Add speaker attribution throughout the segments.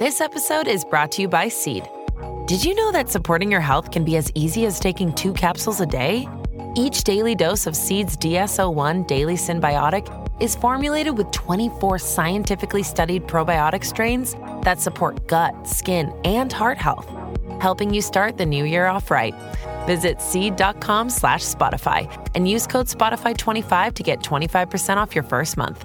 Speaker 1: This episode is brought to you by Seed. Did you know that supporting your health can be as easy as taking two capsules a day? Each daily dose of Seed's DSO1 Daily Symbiotic is formulated with 24 scientifically studied probiotic strains that support gut, skin, and heart health, helping you start the new year off right. Visit seed.com slash Spotify and use code Spotify25 to get 25% off your first month.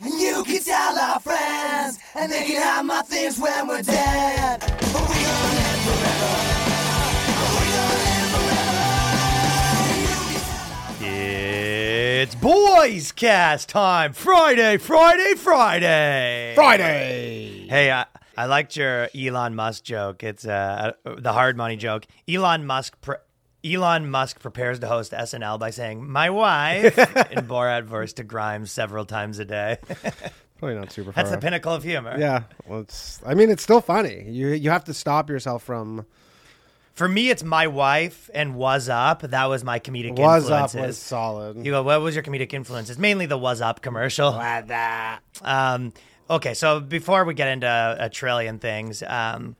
Speaker 2: You can tell our friends, and they can have my things when we're dead. But we gonna live forever. But we gonna live forever.
Speaker 3: It's Boys Cast time. Friday, Friday, Friday.
Speaker 4: Friday.
Speaker 3: Hey, I, I liked your Elon Musk joke. It's uh, the hard money joke. Elon Musk. Pre- Elon Musk prepares to host SNL by saying "my wife" in Borat verse to Grimes several times a day.
Speaker 4: Probably not super. Far
Speaker 3: That's the
Speaker 4: off.
Speaker 3: pinnacle of humor.
Speaker 4: Yeah. Well, it's. I mean, it's still funny. You you have to stop yourself from
Speaker 3: For me, it's "my wife" and "was up." That was my comedic
Speaker 4: was up
Speaker 3: influences.
Speaker 4: was solid.
Speaker 3: You go, what was your comedic influences? Mainly the was up commercial. Um, okay, so before we get into a trillion things, um,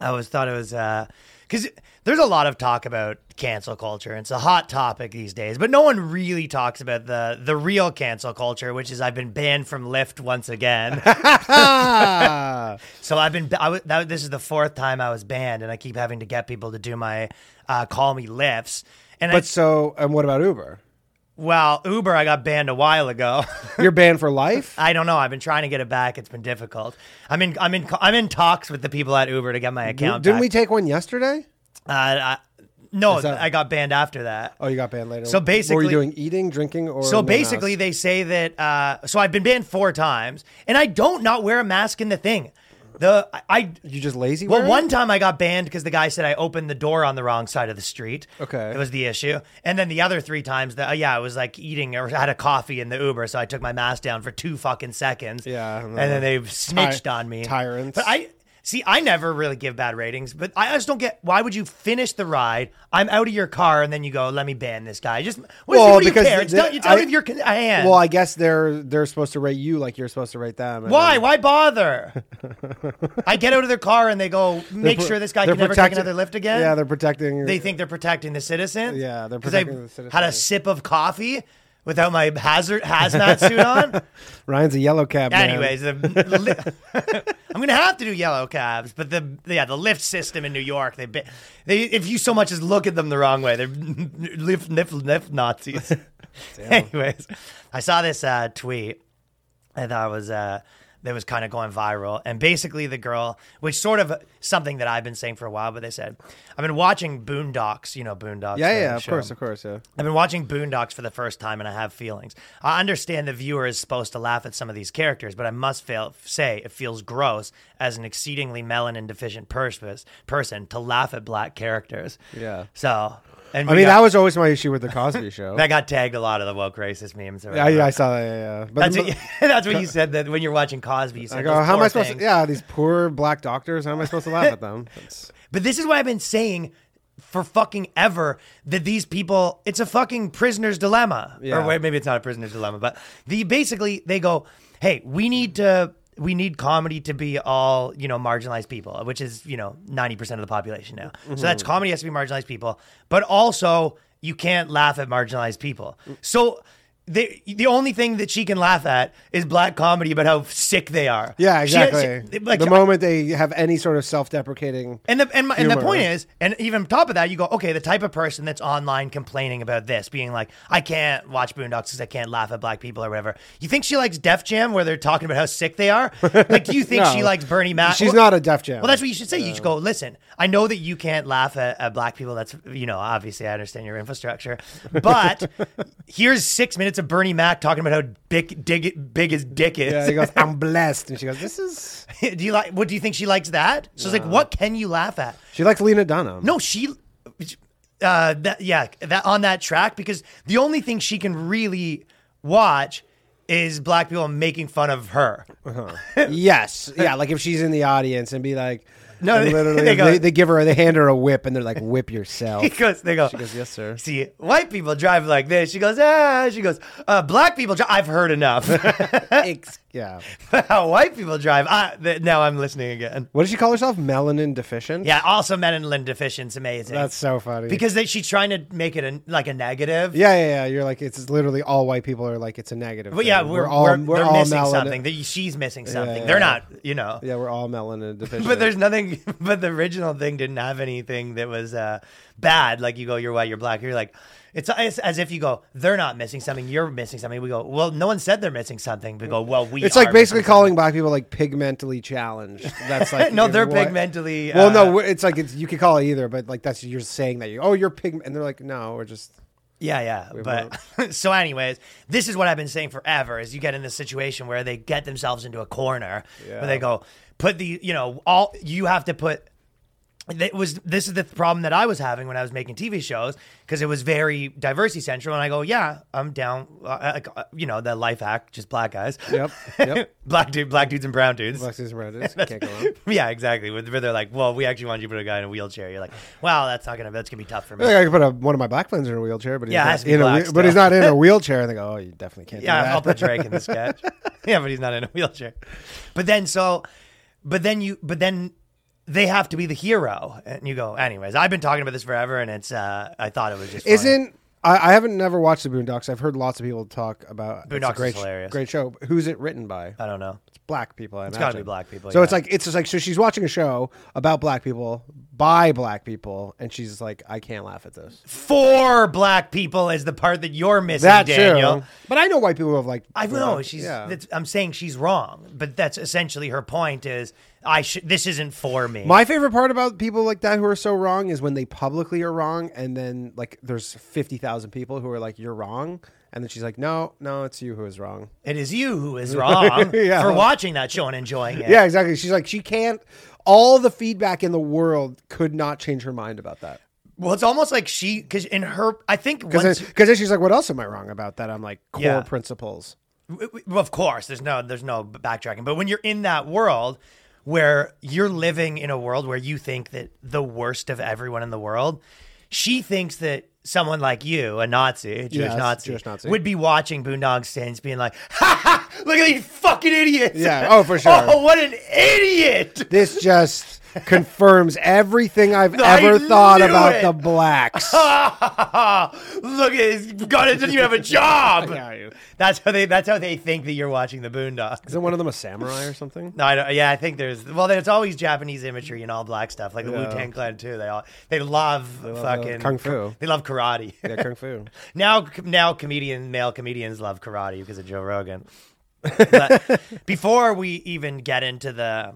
Speaker 3: I always thought it was because there's a lot of talk about cancel culture. and It's a hot topic these days, but no one really talks about the the real cancel culture, which is I've been banned from Lyft once again.
Speaker 4: Ah.
Speaker 3: So I've been I was, that, this is the fourth time I was banned, and I keep having to get people to do my uh, call me lifts. And I,
Speaker 4: but so, and what about Uber?
Speaker 3: well, Uber, I got banned a while ago.
Speaker 4: You're banned for life.
Speaker 3: I don't know. I've been trying to get it back. It's been difficult. I'm in. I'm in. I'm in talks with the people at Uber to get my account.
Speaker 4: Didn't we
Speaker 3: back.
Speaker 4: take one yesterday?
Speaker 3: uh, I, no,
Speaker 4: Is that-
Speaker 3: I got banned after that.
Speaker 4: Oh, you got banned later.
Speaker 3: So
Speaker 4: were
Speaker 3: basically-
Speaker 4: you doing eating, drinking, or
Speaker 3: So
Speaker 4: no
Speaker 3: basically,
Speaker 4: mouse?
Speaker 3: they say that. Uh, so I've been banned four times, and I don't not wear a mask in the thing. The I- I
Speaker 4: you just lazy.
Speaker 3: well,
Speaker 4: wearing?
Speaker 3: one time I got banned because the guy said I opened the door on the wrong side of the street.
Speaker 4: Okay.
Speaker 3: it was the issue. And then the other three times, that uh, yeah, I was like eating or had a coffee in the Uber, so I took my mask down for two fucking seconds.
Speaker 4: Yeah, uh,
Speaker 3: and then they snitched on me.
Speaker 4: tyrants.
Speaker 3: But I see, I never really give bad ratings, but I just don't get why would you finish the ride? I'm out of your car, and then you go, let me ban this guy. Just what, do you-
Speaker 4: Well,
Speaker 3: what do you
Speaker 4: because
Speaker 3: care?
Speaker 4: the-
Speaker 3: It's not-
Speaker 4: the-
Speaker 3: you tell
Speaker 4: I-
Speaker 3: me if you're con- I am.
Speaker 4: Well, I guess they're they're supposed to rate you like you're supposed to rate them. and
Speaker 3: why?
Speaker 4: then
Speaker 3: Why bother? I get out of their car and they go,
Speaker 4: they're
Speaker 3: make
Speaker 4: pro-
Speaker 3: sure this guy
Speaker 4: they're
Speaker 3: can never take
Speaker 4: protecting-
Speaker 3: another lift again.
Speaker 4: Yeah, they're protecting.
Speaker 3: They think they're protecting the citizens.
Speaker 4: Yeah, they're
Speaker 3: 'Cause I
Speaker 4: protecting the citizens.
Speaker 3: Had a sip of coffee without my hazard hazmat suit on.
Speaker 4: Ryan's a yellow cab. man.
Speaker 3: Anyways, the, li- I'm gonna have to do yellow cabs, but the yeah the lift system in New York they ba- they if you so much as look at them the wrong way they're lift lift lift Nazis. Anyways, I saw this uh, tweet I thought it was uh that was kind of going viral. And basically the girl, which sort of something that I've been saying for a while, but they said, I've been watching Boondocks, you know Boondocks.
Speaker 4: yeah,
Speaker 3: the
Speaker 4: yeah, of
Speaker 3: show.
Speaker 4: course, of course, yeah.
Speaker 3: I've been watching Boondocks for the first time and I have feelings. I understand the viewer is supposed to laugh at some of these characters, but I must fail, say it feels gross as an exceedingly melanin deficient pers- person to laugh at black characters.
Speaker 4: Yeah.
Speaker 3: So, and
Speaker 4: I mean, that was always my issue with the Cosby Show.
Speaker 3: that got tagged a lot of the woke racist memes. or
Speaker 4: Yeah, yeah, I
Speaker 3: whatever.
Speaker 4: saw that. Yeah, yeah. But
Speaker 3: That's
Speaker 4: the-
Speaker 3: what, you, that's what you said that when you're watching Cosby. You said,
Speaker 4: I go,
Speaker 3: "Those
Speaker 4: oh, how am
Speaker 3: poor
Speaker 4: I supposed
Speaker 3: things."
Speaker 4: to? Yeah, these poor black doctors. How am I supposed to laugh at them? That's-
Speaker 3: But this is what I've been saying for fucking ever that these people, it's a fucking prisoner's dilemma.
Speaker 4: Yeah.
Speaker 3: Or wait, maybe it's not a prisoner's dilemma, but the basically they go, hey, we need to. We need comedy to be all, you know, marginalized people, which is, you know, 90% of the population now. So
Speaker 4: Mhm.
Speaker 3: that's comedy has to be marginalized people, but also you can't laugh at marginalized people. So the the only thing that she can laugh at is black comedy about how sick they are.
Speaker 4: yeah,
Speaker 3: She- she-
Speaker 4: exactly.
Speaker 3: like,
Speaker 4: the moment they have any sort of self-deprecating,
Speaker 3: and the and, my, and the
Speaker 4: Humor.
Speaker 3: point is, and even top of that, you go, okay, the type of person that's online complaining about this, being like, I can't watch Boondocks because I can't laugh at black people or whatever. You think she likes Def Jam where they're talking about how sick they are? Like, do you think she
Speaker 4: No.
Speaker 3: likes Bernie Mac?
Speaker 4: She's
Speaker 3: Well-
Speaker 4: not a Def Jam.
Speaker 3: Well, that's what you should say. You should go, listen, I know that you can't laugh at, at black people. That's, you know, obviously I understand your infrastructure, but here's six minutes to Bernie Mac talking about how big, dig, big his dick is.
Speaker 4: Yeah, he goes, I'm blessed. And she goes, This is.
Speaker 3: do you like? What do you think she likes that? So it's like, what can you laugh at?
Speaker 4: She likes Lena Dunham.
Speaker 3: No, she. Uh, that yeah, that on that track because the only thing she can really watch is black people making fun of her.
Speaker 4: Yes. Yeah. Like if she's in the audience and be like,
Speaker 3: No,
Speaker 4: and
Speaker 3: they-
Speaker 4: literally,
Speaker 3: they
Speaker 4: they,
Speaker 3: go-
Speaker 4: they, give her, they hand her a whip and they're like, Whip yourself.
Speaker 3: He goes, they go. She
Speaker 4: goes, "Yes, sir."
Speaker 3: See, white people drive like this. She goes, ah. She goes, uh, black people. Dri- I've heard enough.
Speaker 4: Ex- yeah.
Speaker 3: How white people drive. I, th- now I'm listening again.
Speaker 4: What does she call herself? Melanin deficient?
Speaker 3: Yeah, also melanin deficient's amazing.
Speaker 4: That's so funny.
Speaker 3: because they, she's trying to make it a, like a negative.
Speaker 4: Yeah, yeah, yeah. You're like, it's literally all white people are like, it's a negative.
Speaker 3: But yeah,
Speaker 4: thing.
Speaker 3: we're, we're, they're missing
Speaker 4: melanin-
Speaker 3: something. They- She's missing something.
Speaker 4: yeah,
Speaker 3: They're
Speaker 4: yeah.
Speaker 3: not, you know.
Speaker 4: Yeah, we're all melanin deficient.
Speaker 3: But there's nothing. But the original thing didn't have anything that was uh, bad. Like you go, you're white, you're black. You're like, it's, it's as if you go, they're not missing something. You're missing something. We go, well, no one said they're missing something. We go, well, we.
Speaker 4: It's like
Speaker 3: are
Speaker 4: basically
Speaker 3: missing something."
Speaker 4: calling black people like pigmentally challenged. That's like
Speaker 3: No, they're
Speaker 4: what-
Speaker 3: pigmentally,
Speaker 4: Well,
Speaker 3: uh,
Speaker 4: no, we're- it's like it's, you could call it either, but like that's you're saying that you oh you're pigment, and they're like no, we're just
Speaker 3: Yeah, yeah. but so, anyways, this is what I've been saying forever: is you get in this situation where they get themselves into a corner where they go, put the, you know, all you have to put. It was this is the problem that I was having when I was making TV shows because it was very diversity central, and I go, yeah, I'm down, uh, like, uh, you know, the life hack, just black guys,
Speaker 4: yep yep.
Speaker 3: black dude, black dudes and brown dudes.
Speaker 4: Black is red. It's- Can't go wrong.
Speaker 3: Yeah, exactly. Where where they're like, well, we actually want you to put a guy in a wheelchair. You're like, wow, that's not gonna, that's gonna be tough for me.
Speaker 4: Like I could put a, one of my black friends in a wheelchair, but he's
Speaker 3: Yeah, it
Speaker 4: not
Speaker 3: has to be
Speaker 4: in a
Speaker 3: black
Speaker 4: wheel- but he's
Speaker 3: still.
Speaker 4: not in a wheelchair. And they go, oh, you definitely can't.
Speaker 3: Yeah,
Speaker 4: do that.
Speaker 3: I'll put Drake in the sketch. yeah, but he's not in a wheelchair. But then so, but then you, but then they have to be the hero, and you go. Anyways, I've been talking about this forever, and it's. uh I thought it was just. funny.
Speaker 4: Isn't I, I haven't never watched the Boondocks. I've heard lots of people talk about it's a
Speaker 3: Boondocks is
Speaker 4: great, sh-
Speaker 3: hilarious.
Speaker 4: Great show. Who's it written by?
Speaker 3: I don't know.
Speaker 4: black people. I it's
Speaker 3: gotta be black people,
Speaker 4: So it's
Speaker 3: yeah.
Speaker 4: like it's just like so she's watching a show about black people by black people, and she's like, I can't laugh at this.
Speaker 3: Four black people is the part that you're missing,
Speaker 4: That
Speaker 3: Daniel.
Speaker 4: too. But I know white people who have like
Speaker 3: I know she's.
Speaker 4: yeah.
Speaker 3: That's, I'm saying she's wrong, but that's essentially her point. Is I should. This isn't for me.
Speaker 4: My favorite part about people like that who are so wrong is when they publicly are wrong, and then like there's fifty thousand people who are like, "You're wrong," and then she's like, "No, no, it's you who is wrong."
Speaker 3: it is you who is wrong
Speaker 4: Yeah.
Speaker 3: for watching that show and enjoying it.
Speaker 4: Yeah, exactly. She's like, she can't. All the feedback in the world could not change her mind about that.
Speaker 3: Well, it's almost like she because in her. I think
Speaker 4: Because
Speaker 3: once
Speaker 4: then, 'cause then she's like, "What else am I wrong about?" That I'm like core
Speaker 3: Yeah.
Speaker 4: principles.
Speaker 3: W- w- of course there's no there's no backtracking but when you're in that world where you're living in a world where you think that the worst of everyone in the world she thinks that someone like you a nazi a jewish,
Speaker 4: Yes,
Speaker 3: nazi,
Speaker 4: Jewish Nazi.
Speaker 3: would be watching boondog saints being like ha ha look at these fucking idiots
Speaker 4: Yeah, oh, for sure.
Speaker 3: oh what an idiot
Speaker 4: This just confirms everything I've
Speaker 3: I
Speaker 4: ever thought
Speaker 3: knew
Speaker 4: about
Speaker 3: it.
Speaker 4: the blacks.
Speaker 3: look at his god doesn't even have a job
Speaker 4: Yeah, you-
Speaker 3: that's how they that's how they think that you're watching the boondocks
Speaker 4: Isn't one of them a samurai or something?
Speaker 3: No, I don't, yeah, I think there's well, there's always Japanese imagery in all black stuff, like the Wu Tang Clan too. They all they love, fucking
Speaker 4: kung fu.
Speaker 3: They love karate.
Speaker 4: Yeah, kung fu.
Speaker 3: now, now comedian male comedians love karate because of Joe Rogan. But before we even get into the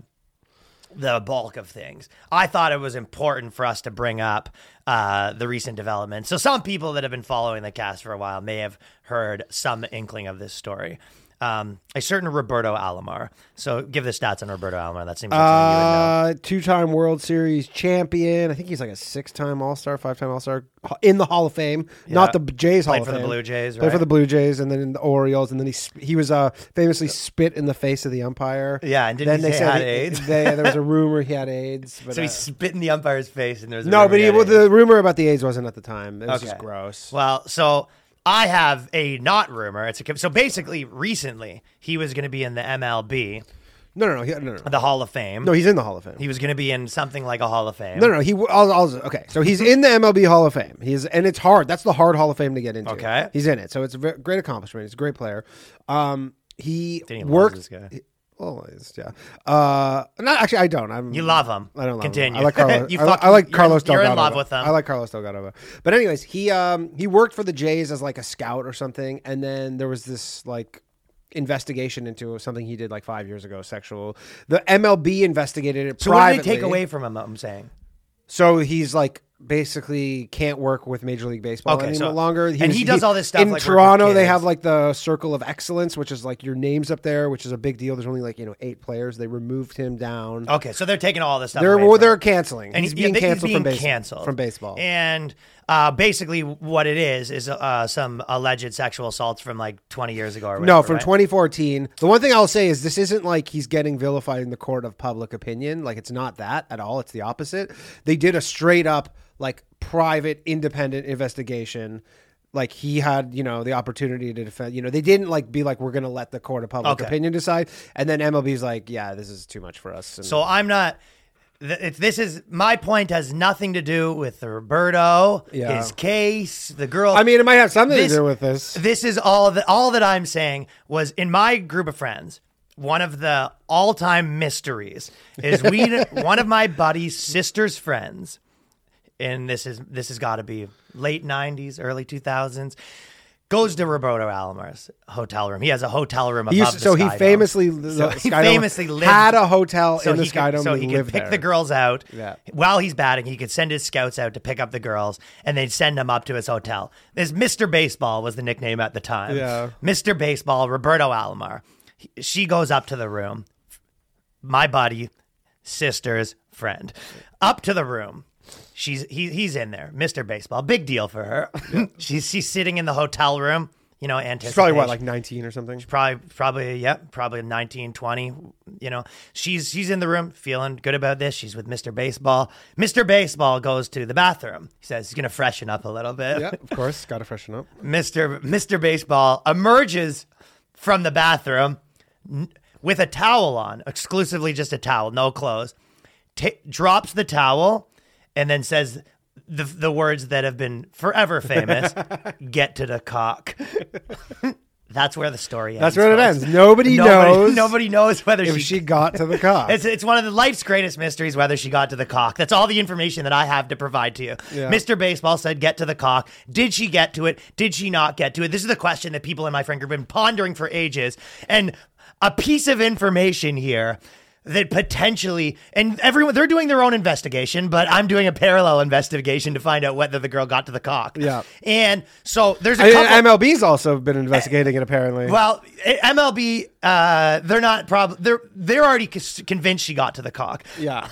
Speaker 3: the bulk of things, I thought it was important for us to bring up uh, the recent developments. So some people that have been following the cast for a while may have heard some inkling of this story. Um, a certain Roberto Alomar. So give the stats on Roberto Alomar. That seems like something you would know.
Speaker 4: Uh, two-time World Series champion. I think he's like a six-time All-Star, five-time All-Star ho- in the Hall of Fame. Not the B- Jays Hall
Speaker 3: Played
Speaker 4: of
Speaker 3: for the
Speaker 4: Fame.
Speaker 3: Blue Jays,
Speaker 4: Played for
Speaker 3: right?
Speaker 4: the Blue Jays, and then in the Orioles, and then he sp- he was uh, famously spit in the face of the umpire.
Speaker 3: Yeah, and didn't
Speaker 4: then
Speaker 3: he
Speaker 4: they
Speaker 3: say
Speaker 4: said
Speaker 3: had
Speaker 4: he-
Speaker 3: AIDS?
Speaker 4: They, there was a rumor he had AIDS. But,
Speaker 3: So he
Speaker 4: uh,
Speaker 3: spit in the umpire's face, and there's a
Speaker 4: no,
Speaker 3: rumor
Speaker 4: but
Speaker 3: he
Speaker 4: he,
Speaker 3: had
Speaker 4: well,
Speaker 3: AIDS.
Speaker 4: the rumor about the AIDS wasn't at the time. It was just
Speaker 3: Okay.
Speaker 4: gross.
Speaker 3: Well, so I have a not rumor. It's a so basically recently he was going to be in the MLB,
Speaker 4: No, no, no, he, no, no, no.
Speaker 3: the Hall of Fame.
Speaker 4: No, he's in the Hall of Fame.
Speaker 3: he was going to be in something like a Hall of Fame.
Speaker 4: No, no, he. I'll, I'll, okay, so he's in the MLB Hall of Fame. He's and it's hard. That's the hard Hall of Fame to get into.
Speaker 3: Okay.
Speaker 4: he's in it, so it's a ve- great accomplishment. He's a great player. Um, he
Speaker 3: Didn't even love
Speaker 4: worked.
Speaker 3: this guy.
Speaker 4: he- Well, it's, yeah. Uh, not actually. I don't. I'm.
Speaker 3: You love him.
Speaker 4: I don't love
Speaker 3: Continue.
Speaker 4: Him. I like Carlos.
Speaker 3: you
Speaker 4: I, li-
Speaker 3: fucking,
Speaker 4: I like Carlos
Speaker 3: You're, you're
Speaker 4: Delgado.
Speaker 3: in love with him.
Speaker 4: I like Carlos Delgado. But anyways, he um he worked for the Jays as like a scout or something, and then there was this like investigation into something he did like five years ago, sexual. The MLB investigated it.
Speaker 3: so what did they take
Speaker 4: privately.
Speaker 3: away from him? I'm saying
Speaker 4: So he's like basically can't work with Major League Baseball
Speaker 3: Okay,
Speaker 4: any
Speaker 3: so-
Speaker 4: longer.
Speaker 3: and he does all this stuff,
Speaker 4: in
Speaker 3: like, working with
Speaker 4: Toronto. They
Speaker 3: kids.
Speaker 4: have like the Circle of Excellence, which is like your names up there, which is a big deal. There's only like you know eight players. They removed him down.
Speaker 3: Okay, so they're taking all this stuff.
Speaker 4: they're
Speaker 3: away
Speaker 4: well,
Speaker 3: from
Speaker 4: they're
Speaker 3: him.
Speaker 4: canceling.
Speaker 3: Oh, And
Speaker 4: he's
Speaker 3: he-
Speaker 4: being
Speaker 3: yeah, they-
Speaker 4: canceled
Speaker 3: he's being
Speaker 4: from baseball.
Speaker 3: canceled
Speaker 4: From baseball.
Speaker 3: And uh, basically, what it is is uh, some alleged sexual assaults from like 20 years ago. Or whatever,
Speaker 4: no, from
Speaker 3: right?
Speaker 4: 2014. The one thing I'll say is this isn't like he's getting vilified in the court of public opinion. Like it's not that at all. It's the opposite. They did a straight up like private independent investigation. Like he had, you know, the opportunity to defend. You know, they didn't like be like we're going to let the court of public
Speaker 3: Okay.
Speaker 4: opinion decide. And then MLB's like, yeah, this is too much for us. And
Speaker 3: So I'm not. th- It's, this is my point has nothing to do with the Roberto,
Speaker 4: Yeah.
Speaker 3: his case, the girl.
Speaker 4: I mean, it might have something
Speaker 3: This-
Speaker 4: to do with this.
Speaker 3: This is all that all that I'm saying was in my group of friends. One of the all-time mysteries is we one of my buddy's sister's friends, and this is this has got to be late '90s, early 2000s. Goes to Roberto Alomar hotel room. He has a hotel room above
Speaker 4: He used,
Speaker 3: the
Speaker 4: so he
Speaker 3: Sky Dome.
Speaker 4: famously, the
Speaker 3: So he
Speaker 4: Skydome
Speaker 3: famously lived,
Speaker 4: had a hotel
Speaker 3: so
Speaker 4: in the
Speaker 3: he
Speaker 4: Sky
Speaker 3: could,
Speaker 4: Dome.
Speaker 3: So
Speaker 4: and
Speaker 3: he could
Speaker 4: lived
Speaker 3: pick
Speaker 4: there.
Speaker 3: the girls out
Speaker 4: Yeah.
Speaker 3: while he's batting. He could send his scouts out to pick up the girls, and they'd send them up to his hotel. This Mr. Baseball was the nickname at the time.
Speaker 4: Yeah.
Speaker 3: Mr. Baseball, Roberto Alomar. He- She goes up to the room. My buddy, sister's friend, up to the room. She's he, he's in there, Mr. Baseball. Big deal for her. she's she's sitting in the hotel room. You know,
Speaker 4: She's probably
Speaker 3: anticipating
Speaker 4: what, like 19 or something.
Speaker 3: probably probably yeah probably 19 20 you know she's she's in the room feeling good about this she's with mr baseball mr baseball goes to the bathroom he says he's gonna freshen up a little bit
Speaker 4: Yeah, of course, got to freshen up.
Speaker 3: mr mr baseball emerges from the bathroom n- with a towel on exclusively just a towel no clothes ta drops the towel and then says the, the words that have been forever famous get to the cock That's where the story ends.
Speaker 4: That's where it
Speaker 3: folks.
Speaker 4: ends. Nobody knows.
Speaker 3: Nobody knows whether
Speaker 4: if
Speaker 3: she.
Speaker 4: she got to the cock.
Speaker 3: it's, it's one of the life's greatest mysteries whether she got to the cock. That's all the information that I have to provide to you.
Speaker 4: Yeah.
Speaker 3: Mr. Baseball said, "Get to the cock." Did she get to it? Did she not get to it? This is the question that people in my friend group have been pondering for ages, and a piece of information here that potentially and everyone they're doing their own investigation but i'm doing a parallel investigation to find out whether the girl got to the cock
Speaker 4: Yeah.
Speaker 3: and so there's a
Speaker 4: I mean,
Speaker 3: couple
Speaker 4: MLB's also been investigating it apparently.
Speaker 3: well, eh, MLB, uh, they're not probably they're they're already c- convinced she got to the cock.
Speaker 4: yeah,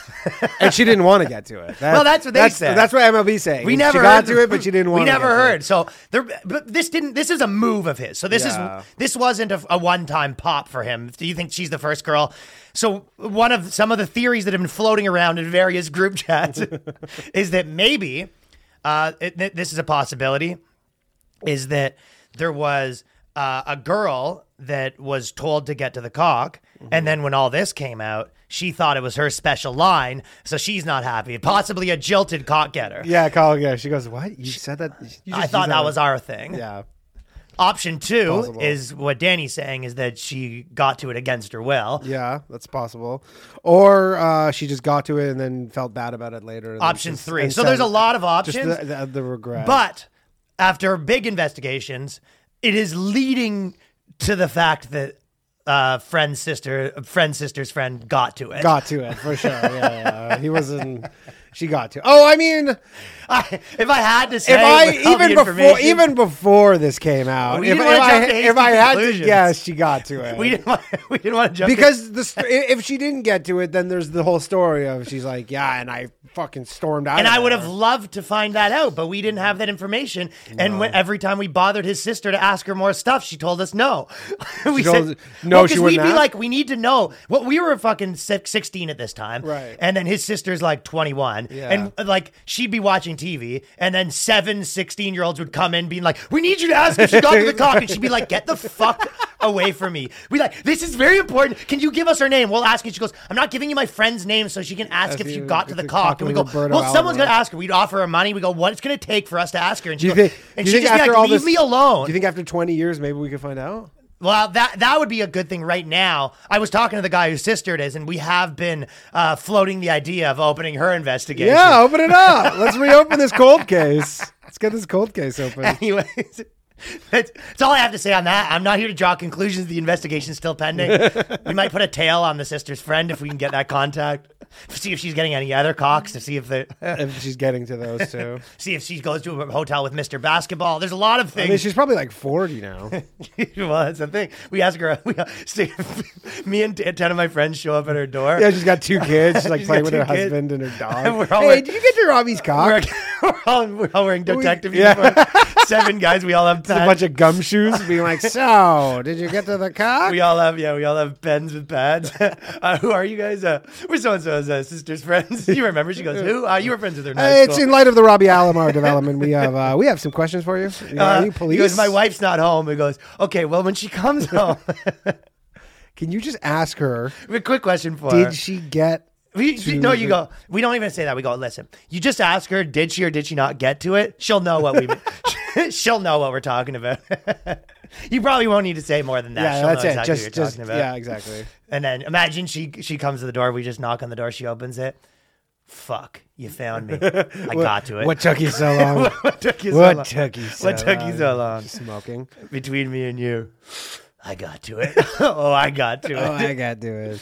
Speaker 4: and she didn't want to get to it. That-
Speaker 3: Well, that's what they
Speaker 4: that's,
Speaker 3: said.
Speaker 4: That's what MLB's saying.
Speaker 3: We
Speaker 4: She
Speaker 3: never
Speaker 4: got
Speaker 3: heard-
Speaker 4: to it, but she didn't want.
Speaker 3: We
Speaker 4: to
Speaker 3: never
Speaker 4: get to
Speaker 3: heard.
Speaker 4: it.
Speaker 3: So there, but this didn't. This is a move of his. So this
Speaker 4: Yeah.
Speaker 3: is this wasn't a, a one-time pop for him. Do you think she's the first girl? So one of some of the theories that have been floating around in various group chats is that maybe uh, it, th- this is a possibility. Is that there was uh, a girl that was told to get to the cock,
Speaker 4: Mm-hmm.
Speaker 3: and then when all this came out. She thought it was her special line, so she's not happy. Possibly a jilted cock getter.
Speaker 4: Yeah, Kyle. Yeah, she goes. What you said that? You just
Speaker 3: I
Speaker 4: used
Speaker 3: thought that
Speaker 4: word."
Speaker 3: was our thing.
Speaker 4: Yeah,
Speaker 3: Option two
Speaker 4: Plausible.
Speaker 3: is what Danny's saying is that she got to it against her will.
Speaker 4: yeah, that's possible. Or uh, she just got to it and then felt bad about it later. and then
Speaker 3: Option
Speaker 4: just-
Speaker 3: three.
Speaker 4: and
Speaker 3: So there's
Speaker 4: said-
Speaker 3: a lot of
Speaker 4: Just
Speaker 3: options,
Speaker 4: the, uh, the, the regret.
Speaker 3: but after big investigations, it is leading to the fact that uh, friend's sister, friend's sister's friend, got to it.
Speaker 4: got to it for sure. Yeah, yeah. he was in. She got to. Oh, I mean.
Speaker 3: I, if I had to say,
Speaker 4: if I
Speaker 3: with all the
Speaker 4: even before
Speaker 3: information-
Speaker 4: even before this came out,
Speaker 3: We
Speaker 4: if,
Speaker 3: didn't
Speaker 4: if
Speaker 3: wanna
Speaker 4: I
Speaker 3: jump to
Speaker 4: if I
Speaker 3: hasty
Speaker 4: had to
Speaker 3: conclusions.
Speaker 4: guess, she got to it.
Speaker 3: we didn't want, we didn't want to jump
Speaker 4: because the st- if she didn't get to it, then there's the whole story of she's like, yeah, and I fucking stormed out.
Speaker 3: And
Speaker 4: of
Speaker 3: I would
Speaker 4: there."
Speaker 3: have loved to find that out, but we didn't have that information. And when, every time we bothered his sister to ask her more stuff, she told us no. we
Speaker 4: She told us- no,
Speaker 3: well,
Speaker 4: she
Speaker 3: 'cause we'd
Speaker 4: wouldn't
Speaker 3: be
Speaker 4: ask?
Speaker 3: like, we need to know. Well, we were fucking six, 16 at this time,
Speaker 4: Right.
Speaker 3: And then his sister's like 21, and uh, like she'd be watching TV, and then seven 16 year olds would come in being like, "We need you to ask if she got to the cock," and she'd be like, "Get the fuck." Away from me. We like this is very important. Can you give us her name? We'll ask. And she goes, "I'm not giving you my friend's name, so she can ask
Speaker 4: Ask
Speaker 3: if you
Speaker 4: you
Speaker 3: got to
Speaker 4: if
Speaker 3: the
Speaker 4: you're
Speaker 3: cock."
Speaker 4: talking
Speaker 3: And we go,
Speaker 4: to Roberto
Speaker 3: "Well, someone's
Speaker 4: Alomar."
Speaker 3: gonna ask her. We'd offer her money. We go, what it's going to take for us to ask her? And
Speaker 4: Do
Speaker 3: she
Speaker 4: you
Speaker 3: goes,
Speaker 4: think?
Speaker 3: and
Speaker 4: do
Speaker 3: she
Speaker 4: you think
Speaker 3: just be
Speaker 4: after
Speaker 3: like,
Speaker 4: all
Speaker 3: leave
Speaker 4: this,
Speaker 3: me alone.
Speaker 4: Do you think after 20 years, maybe we could find out?
Speaker 3: well, that that would be a good thing right now. I was talking to the guy whose sister it is, and we have been uh, floating the idea of opening her investigation.
Speaker 4: Yeah, open it up. Let's reopen this cold case. Let's get this cold case open.
Speaker 3: Anyways. That's, that's all I have to say on that. I'm not here to draw conclusions. The investigation's still pending. we might put a tail on the sister's friend if we can get that contact. see if she's getting any other cocks to see if they
Speaker 4: if she's getting to those two.
Speaker 3: see if she goes to a hotel with Mr. Basketball. There's a lot of
Speaker 4: I mean,
Speaker 3: things.
Speaker 4: she's probably like 40 now.
Speaker 3: well, that's the thing. We ask her. We, see, me and t- ten of my friends show up at her door.
Speaker 4: Yeah, she's got two kids. She's like
Speaker 3: She's
Speaker 4: playing
Speaker 3: got
Speaker 4: with her
Speaker 3: two kids.
Speaker 4: husband and her
Speaker 3: And
Speaker 4: dog.
Speaker 3: we're all
Speaker 4: hey,
Speaker 3: wearing-
Speaker 4: did you get to Robbie's cock?
Speaker 3: we're, we're all, we're all wearing detective
Speaker 4: yeah.
Speaker 3: uniforms. Seven guys. We all have
Speaker 4: Just a bunch of gumshoes being like, so, did you get to the cock?
Speaker 3: We all have, yeah, we all have pens with pads. uh, who are you guys? Uh, we're so and so's uh, sister's friends. you remember? She goes, who? Uh, you were friends with her. in
Speaker 4: Uh,
Speaker 3: high
Speaker 4: it's
Speaker 3: school.
Speaker 4: in light of the Robbie Alomar development. We have uh, we have some questions for you. You-
Speaker 3: Uh,
Speaker 4: Are you police?
Speaker 3: He goes, my wife's not home. He goes, okay, well, when she comes home,
Speaker 4: Can you just ask her?
Speaker 3: a quick question for her.
Speaker 4: Did she get?
Speaker 3: We,
Speaker 4: to
Speaker 3: no, you
Speaker 4: the-
Speaker 3: go. We don't even say that. We go. Listen, you just ask her. Did she or did she not get to it? She'll know what we. she'll know what we're talking about. you probably won't need to say more than that.
Speaker 4: Yeah,
Speaker 3: she'll
Speaker 4: that's
Speaker 3: know
Speaker 4: it.
Speaker 3: exactly
Speaker 4: just
Speaker 3: what you're
Speaker 4: just
Speaker 3: talking about.
Speaker 4: yeah, exactly.
Speaker 3: And then imagine she she comes to the door. We just knock on the door. She opens it. Fuck, you found me. I got to it.
Speaker 4: What took you so long?
Speaker 3: What took you so
Speaker 4: what
Speaker 3: long?
Speaker 4: took you so
Speaker 3: What took you so long?
Speaker 4: Smoking.
Speaker 3: Between me and you, I got to it. oh, I got to
Speaker 4: Oh,
Speaker 3: it.
Speaker 4: I got to do it.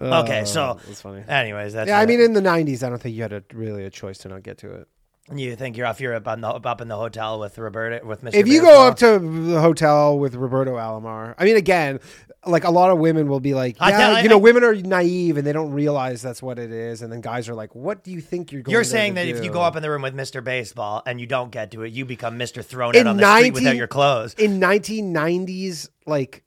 Speaker 3: okay, so
Speaker 4: Oh, that's funny.
Speaker 3: Anyways, that's
Speaker 4: Yeah, I
Speaker 3: it.
Speaker 4: mean, in the '90s, I don't think you had a, really a choice to not get to it.
Speaker 3: You think you're off Europe on the up in the hotel with Roberta with Mr.
Speaker 4: If you
Speaker 3: Baseball.
Speaker 4: go up to the hotel with Roberto Alomar, I mean, again, like a lot of women will be like,
Speaker 3: I
Speaker 4: yeah,
Speaker 3: tell- I-
Speaker 4: you know,
Speaker 3: I-
Speaker 4: women are naive and they don't realize that's what it is, and then guys are like, what do you think you're going?
Speaker 3: you're
Speaker 4: there
Speaker 3: saying
Speaker 4: to
Speaker 3: that if you
Speaker 4: do?"
Speaker 3: go up in the room with Mr. Baseball and you don't get to it, you become Mr. Thrown
Speaker 4: In
Speaker 3: out on the street
Speaker 4: 19
Speaker 3: without your clothes.
Speaker 4: in 1990s, like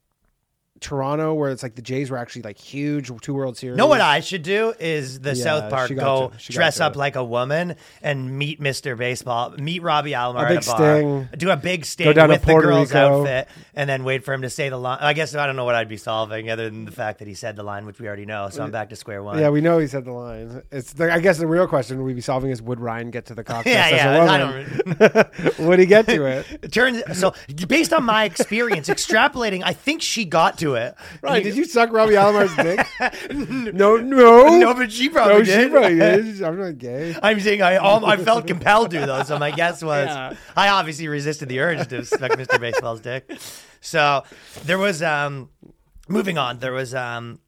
Speaker 4: Toronto, where it's like the Jays were actually like huge, two World Series.
Speaker 3: Know what I should do is the
Speaker 4: Yeah,
Speaker 3: South Park
Speaker 4: she got
Speaker 3: go
Speaker 4: to- she got
Speaker 3: dress
Speaker 4: to
Speaker 3: up
Speaker 4: it.
Speaker 3: like a woman and meet Mr. Baseball, meet Robbie Alomar
Speaker 4: big
Speaker 3: at a bar,
Speaker 4: sting.
Speaker 3: do a big sting
Speaker 4: Go down to
Speaker 3: with the
Speaker 4: Puerto
Speaker 3: girl's
Speaker 4: Rico.
Speaker 3: outfit, and then wait for him to say the line. I guess I don't know what I'd be solving other than the fact that he said the line, which we already know. So I'm back to square one.
Speaker 4: Uh, Yeah, we know he said the line. It's the, I guess the real question we'd be solving is would Ryan get to the cocktail?
Speaker 3: yeah, yeah. I don't.
Speaker 4: Would he get to it?
Speaker 3: It turns so based on my experience, extrapolating, I think she got to it.
Speaker 4: Ryan, did you suck Robbie Alomar's dick? no, no,
Speaker 3: No, but she probably
Speaker 4: Oh. No,
Speaker 3: did.
Speaker 4: She probably did. I'm not gay.
Speaker 3: I'm saying I al- I felt compelled to though, so my guess was I obviously resisted the urge to suck Mr. Baseball's dick. So there was um moving on, there was um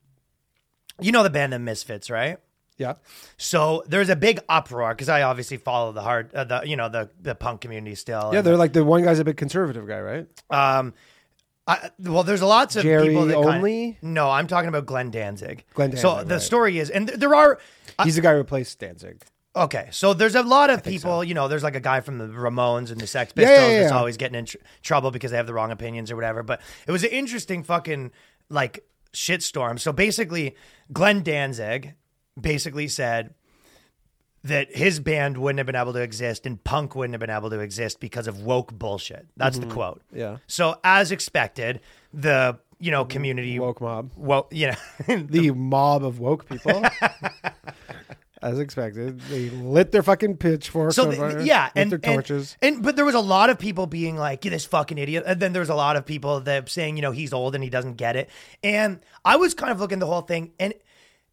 Speaker 3: you know the band The Misfits, right?
Speaker 4: Yeah,
Speaker 3: So there's a big uproar because I obviously follow the hard, uh, the you know the the punk community still.
Speaker 4: yeah.
Speaker 3: and-
Speaker 4: They're like the one guy's a big conservative guy, right?
Speaker 3: Um, I, well, there's lots of
Speaker 4: Jerry
Speaker 3: people that kinda-
Speaker 4: only?
Speaker 3: no, I'm talking about Glenn Danzig.
Speaker 4: Glenn
Speaker 3: So
Speaker 4: Danzig,
Speaker 3: the
Speaker 4: right.
Speaker 3: story is, and th- there are
Speaker 4: He's the guy who replaced Danzig.
Speaker 3: okay. So there's a lot of people. You know, there's like a guy from the Ramones and the Sex
Speaker 4: Yeah, yeah,
Speaker 3: Pistols
Speaker 4: yeah,
Speaker 3: that's
Speaker 4: yeah.
Speaker 3: always getting in tr- trouble because they have the wrong opinions or whatever. But it was an interesting fucking like shitstorm. So basically, Glenn Danzig basically said that his band wouldn't have been able to exist and punk wouldn't have been able to exist because of woke bullshit. That's the quote.
Speaker 4: Mm-hmm. Yeah.
Speaker 3: So as expected, the you know community
Speaker 4: Woke mob,
Speaker 3: Well, you know,
Speaker 4: the mob of woke people. As expected, they lit their fucking pitchforks.
Speaker 3: so
Speaker 4: on
Speaker 3: th-
Speaker 4: fire,
Speaker 3: yeah,
Speaker 4: lit
Speaker 3: and,
Speaker 4: their
Speaker 3: and-
Speaker 4: torches.
Speaker 3: And, but there was a lot of people being like, "Yeah, "This fucking idiot," and then there was a lot of people that saying, "You know, he's old and he doesn't get it." And I was kind of looking at the whole thing, and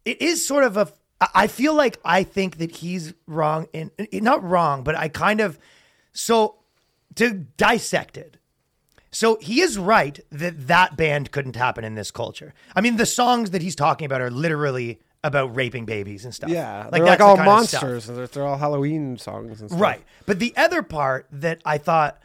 Speaker 3: it is sort of a. I I feel like I think that he's wrong, and not wrong, but I kind of so to dissect it. So he is right that that band couldn't happen in this culture. I mean, the songs that he's talking about are literally about raping babies and stuff.
Speaker 4: yeah,
Speaker 3: like
Speaker 4: they're
Speaker 3: that's
Speaker 4: like
Speaker 3: the
Speaker 4: all
Speaker 3: kind of stuff.
Speaker 4: monsters, and they're, they're all Halloween songs and stuff.
Speaker 3: Right. But the other part that I thought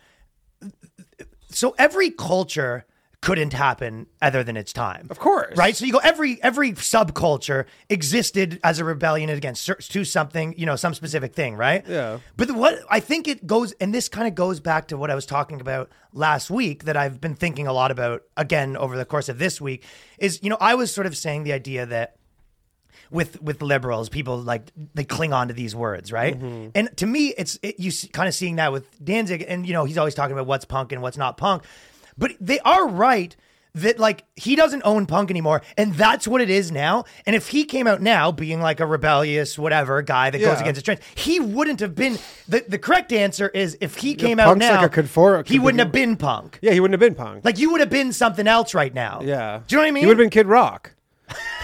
Speaker 3: so every culture couldn't happen other than its time. Of
Speaker 4: course.
Speaker 3: Right? So you go every every subculture existed as a rebellion against cer- to something, you know, some specific thing, right?
Speaker 4: Yeah.
Speaker 3: But what I think it goes and this kind of goes back to what I was talking about last week that I've been thinking a lot about again over the course of this week is you know, I was sort of saying the idea that with with liberals people like they cling on to these words right
Speaker 4: Mm-hmm.
Speaker 3: and to me it's it, you kind of seeing that with danzig and you know he's always talking about what's punk and what's not punk but they are right that like he doesn't own punk anymore and that's what it is now and if he came out now being like a rebellious whatever guy that goes
Speaker 4: Yeah.
Speaker 3: against the trend he wouldn't have been the, the correct answer is if he came out
Speaker 4: punk's
Speaker 3: now
Speaker 4: like a conform-
Speaker 3: he wouldn't have been punk
Speaker 4: Yeah, he wouldn't have been punk.
Speaker 3: like you would have been something else right now
Speaker 4: yeah,
Speaker 3: do you know what i mean
Speaker 4: He would have been Kid Rock.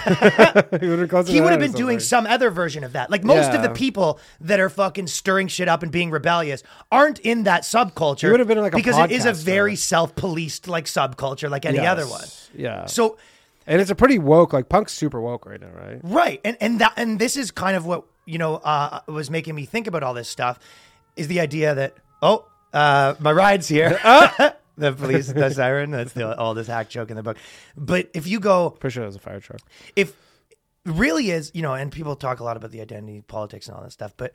Speaker 4: he would have closed
Speaker 3: he
Speaker 4: his
Speaker 3: would have
Speaker 4: eyes
Speaker 3: been
Speaker 4: or
Speaker 3: doing some
Speaker 4: something.
Speaker 3: other version of that. Like most of the
Speaker 4: Yeah.
Speaker 3: people that are fucking stirring shit up and being rebellious aren't in that subculture.
Speaker 4: He would have been like a
Speaker 3: because it is a
Speaker 4: podcaster.
Speaker 3: very self-policed like subculture, like any other
Speaker 4: Yes.
Speaker 3: one.
Speaker 4: Yeah.
Speaker 3: So
Speaker 4: And it's a pretty woke, like punk's super woke right now, right?
Speaker 3: Right. And and that and this is kind of what, you know, uh, was making me think about all this stuff is the idea that oh, uh, my ride's here.
Speaker 4: Oh!
Speaker 3: the police the siren, that's the oldest hack joke in the book. But if you go
Speaker 4: Pretty sure it was a fire truck.
Speaker 3: if it really is, you know, and people talk a lot about the identity politics and all that stuff, but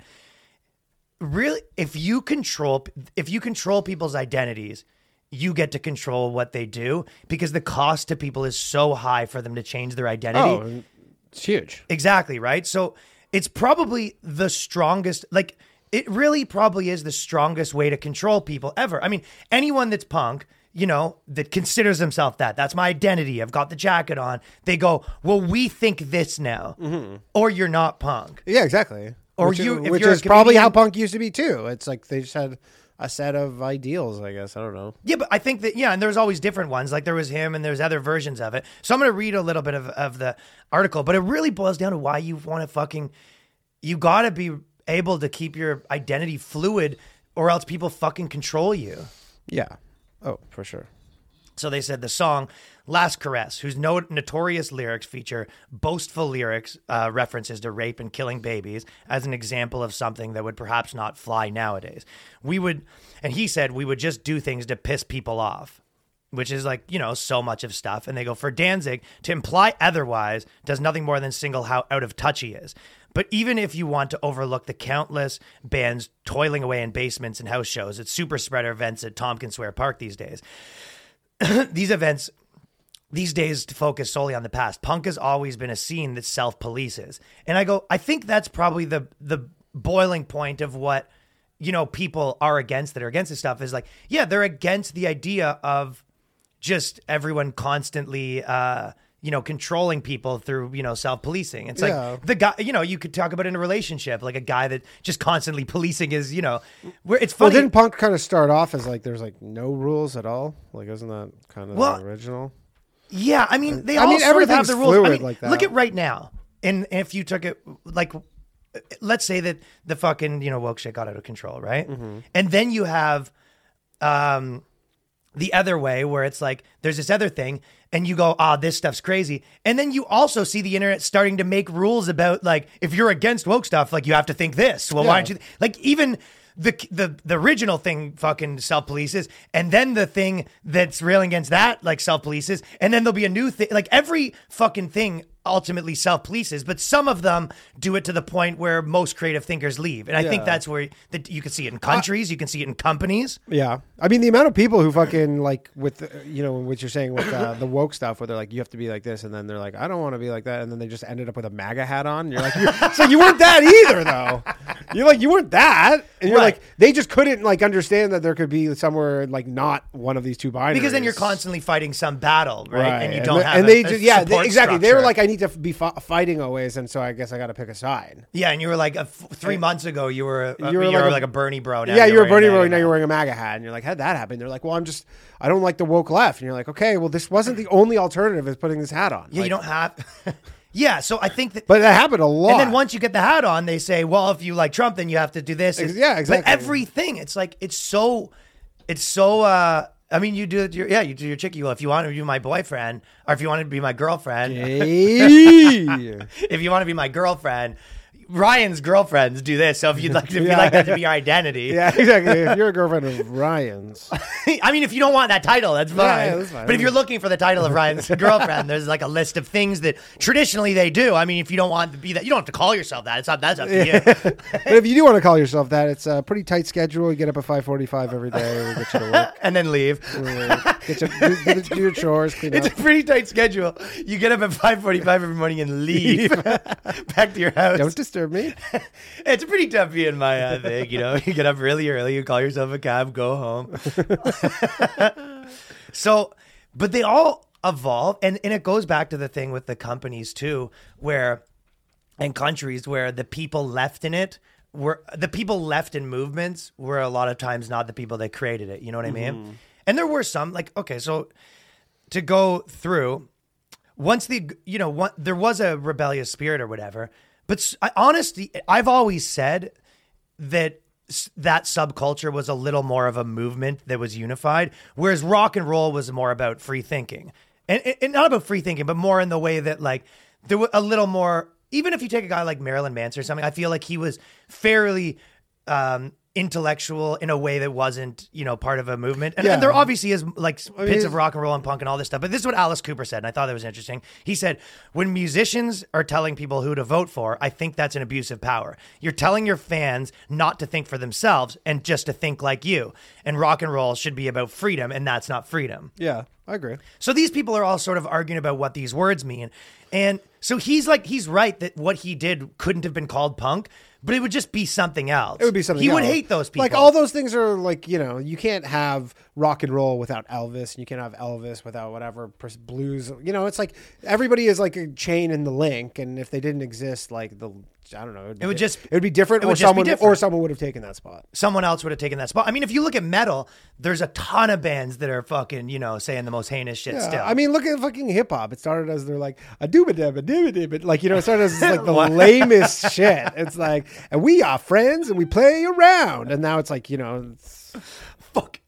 Speaker 3: really if you control if you control people's identities, you get to control what they do because the cost to people is so high for them to change their identity.
Speaker 4: Oh, it's huge.
Speaker 3: Exactly, right? So it's probably the strongest, like, it really probably is the strongest way to control people ever. I mean, anyone that's punk, you know, that considers himself that, that's my identity, I've got the jacket on, they go, well, we think this now, or you're not punk.
Speaker 4: Yeah, exactly.
Speaker 3: Or
Speaker 4: which
Speaker 3: you-
Speaker 4: is,
Speaker 3: if
Speaker 4: which
Speaker 3: you're a
Speaker 4: is probably how
Speaker 3: comedian-
Speaker 4: punk used to be too. It's like they just had a set of ideals, I guess. I don't know.
Speaker 3: Yeah, but I think that yeah, and there's always different ones. Like there was him, and there's other versions of it. So I'm gonna read a little bit of, of the article, but it really boils down to why you want to fucking, you gotta be able to keep your identity fluid, or else people fucking control you.
Speaker 4: Yeah. Oh, for sure.
Speaker 3: So they said the song Last Caress, whose no- notorious lyrics feature boastful lyrics, uh, references to rape and killing babies, as an example of something that would perhaps not fly nowadays. We would, and he said, we would just do things to piss people off, which is like, you know, so much of stuff. And they go, for Danzig, to imply otherwise does nothing more than single how out of touch he is. But even if you want to overlook the countless bands toiling away in basements and house shows at super spreader events at Tompkins Square Park these days, these events these days to focus solely on the past. Punk has always been a scene that self polices. And I go, I think that's probably the the boiling point of what you know people are against that are against this stuff is like, yeah, they're against the idea of just everyone constantly uh you know controlling people through you know self-policing it's
Speaker 4: Yeah.
Speaker 3: like the guy you know you could talk about in a relationship like a guy that just constantly policing his you know where it's
Speaker 4: Well,
Speaker 3: funny
Speaker 4: didn't punk kind of start off as like there's like no rules at all? Like, isn't that kind of
Speaker 3: Well,
Speaker 4: the original?
Speaker 3: Yeah, I mean, they
Speaker 4: I
Speaker 3: all
Speaker 4: mean,
Speaker 3: sort of have
Speaker 4: everything's
Speaker 3: the rules. I
Speaker 4: fluid
Speaker 3: mean,
Speaker 4: like
Speaker 3: Look
Speaker 4: that.
Speaker 3: at right now, and and if you took it like, let's say that the fucking you know woke shit got out of control, right?
Speaker 4: Mm-hmm.
Speaker 3: And then you have, um, the other way where it's like there's this other thing, and you go, ah, this stuff's crazy, and then you also see the internet starting to make rules about like if you're against woke stuff, like you have to think this. Well, why
Speaker 4: Yeah.
Speaker 3: don't you like even. The, the the original thing fucking self polices, and then the thing that's railing against that like self polices, and then there'll be a new thing. Like every fucking thing ultimately self polices, but some of them do it to the point where most creative thinkers leave. And I think
Speaker 4: Yeah.
Speaker 3: that's where that you can see it in countries, you can see it in companies.
Speaker 4: Yeah, I mean the amount of people who fucking like with uh, you know what you're saying with uh, the woke stuff, where they're like you have to be like this, and then they're like I don't want to be like that, and then they just ended up with a MAGA hat on. You're like, you're, so you weren't that either, though. You're like you weren't that, and you're
Speaker 3: Right.
Speaker 4: like they just couldn't like understand that there could be somewhere like not one of these two binaries.
Speaker 3: Because then you're constantly fighting some battle, right? And you don't
Speaker 4: the-
Speaker 3: have
Speaker 4: and
Speaker 3: a-
Speaker 4: they
Speaker 3: a
Speaker 4: just, yeah they-
Speaker 3: support
Speaker 4: exactly they were
Speaker 3: structure.
Speaker 4: like I need to f- be fi- fighting always, and so I guess I got to pick a side.
Speaker 3: yeah, and you were like a f- three months ago, you were a, you were, like, a, Bernie bro. Oh, Now
Speaker 4: yeah, you're a
Speaker 3: wearing
Speaker 4: Bernie
Speaker 3: that
Speaker 4: bro.
Speaker 3: and
Speaker 4: Now
Speaker 3: that.
Speaker 4: you're wearing a MAGA hat, and you're like, how'd that happen? They're like, well, I'm just, I don't like the woke left, and you're like, okay, well, this wasn't the only alternative is putting this hat on.
Speaker 3: Yeah, you
Speaker 4: Like,
Speaker 3: don't have. yeah, so I think that.
Speaker 4: But that happened a lot.
Speaker 3: and then once you get the hat on, they say, "Well, if you like Trump, then you have to do this."
Speaker 4: Ex- yeah,
Speaker 3: But
Speaker 4: exactly.
Speaker 3: everything, it's like it's so, it's so. uh I mean, you do it. Your, yeah, you do your chickie. Well, if you want to be my boyfriend, or if you want to be my girlfriend,
Speaker 4: Hey.
Speaker 3: if you want to be my girlfriend, Ryan's girlfriends do this. So if you'd like, if you'd like that to be your identity,
Speaker 4: yeah, exactly. If you're a girlfriend of Ryan's,
Speaker 3: I mean, if you don't want that title, that's fine.
Speaker 4: yeah, that's fine.
Speaker 3: But if you're looking for the title of Ryan's girlfriend, there's like a list of things that traditionally they do. I mean, if you don't want to be that, you don't have to call yourself that. It's not that's up to you.
Speaker 4: but if you do want to call yourself that, it's a pretty tight schedule. You get up at five forty-five every day. We get you to work.
Speaker 3: and then leave.
Speaker 4: Get you, do, do- do your chores, clean
Speaker 3: It's
Speaker 4: up.
Speaker 3: a pretty tight schedule. You get up at 5:45 every morning and leave back to your house.
Speaker 4: Don't disturb me.
Speaker 3: it's pretty tough being my uh, thing, you know. You get up really early, you call yourself a cab, go home. so, but they all evolve, and and it goes back to the thing with the companies too, where and countries where the people left in it were the people left in movements were a lot of times not the people that created it. You know what I mean? And there were some like okay, so to go through once the you know one, there was a rebellious spirit or whatever but s- I, honestly i've always said that s- that subculture was a little more of a movement that was unified whereas rock and roll was more about free thinking and, and- and not about free thinking, but more in the way that like there were a little more. Even if you take a guy like Marilyn Manson or something, I feel like he was fairly um, intellectual in a way that wasn't you know part of a movement. And,
Speaker 4: Yeah.
Speaker 3: and there obviously is like pits
Speaker 4: he's-
Speaker 3: of rock and roll and punk and all this stuff. But this is what Alice Cooper said, and I thought that was interesting. He said, "When musicians are telling people who to vote for, I think that's an abuse of power. You're telling your fans not to think for themselves and just to think like you. And rock and roll should be about freedom, and that's not freedom."
Speaker 4: Yeah, I agree.
Speaker 3: So these people are all sort of arguing about what these words mean. And so he's like, he's right that what he did couldn't have been called punk, but it would just be something else.
Speaker 4: It would be something.
Speaker 3: He would
Speaker 4: else.
Speaker 3: hate those people.
Speaker 4: Like all those things are like you know you can't have rock and roll without Elvis, and you can't have Elvis without whatever pers- blues. You know, it's like everybody is like a chain in the link, and if they didn't exist, like the I don't know,
Speaker 3: It would just-
Speaker 4: it would be different,
Speaker 3: it
Speaker 4: or
Speaker 3: would just be
Speaker 4: someone or
Speaker 3: different.
Speaker 4: someone would have taken that spot.
Speaker 3: Someone else would have taken that spot. I mean, if you look at metal, there's a ton of bands that are fucking, you know, saying the most heinous shit
Speaker 4: Yeah,
Speaker 3: still.
Speaker 4: I mean, look at fucking hip hop. It started as they're like a dooba dabba dooba dooba, like you know, it started as like the lamest shit. It's like, and we are friends and we play around, and now it's like you know, it's-
Speaker 3: fuck,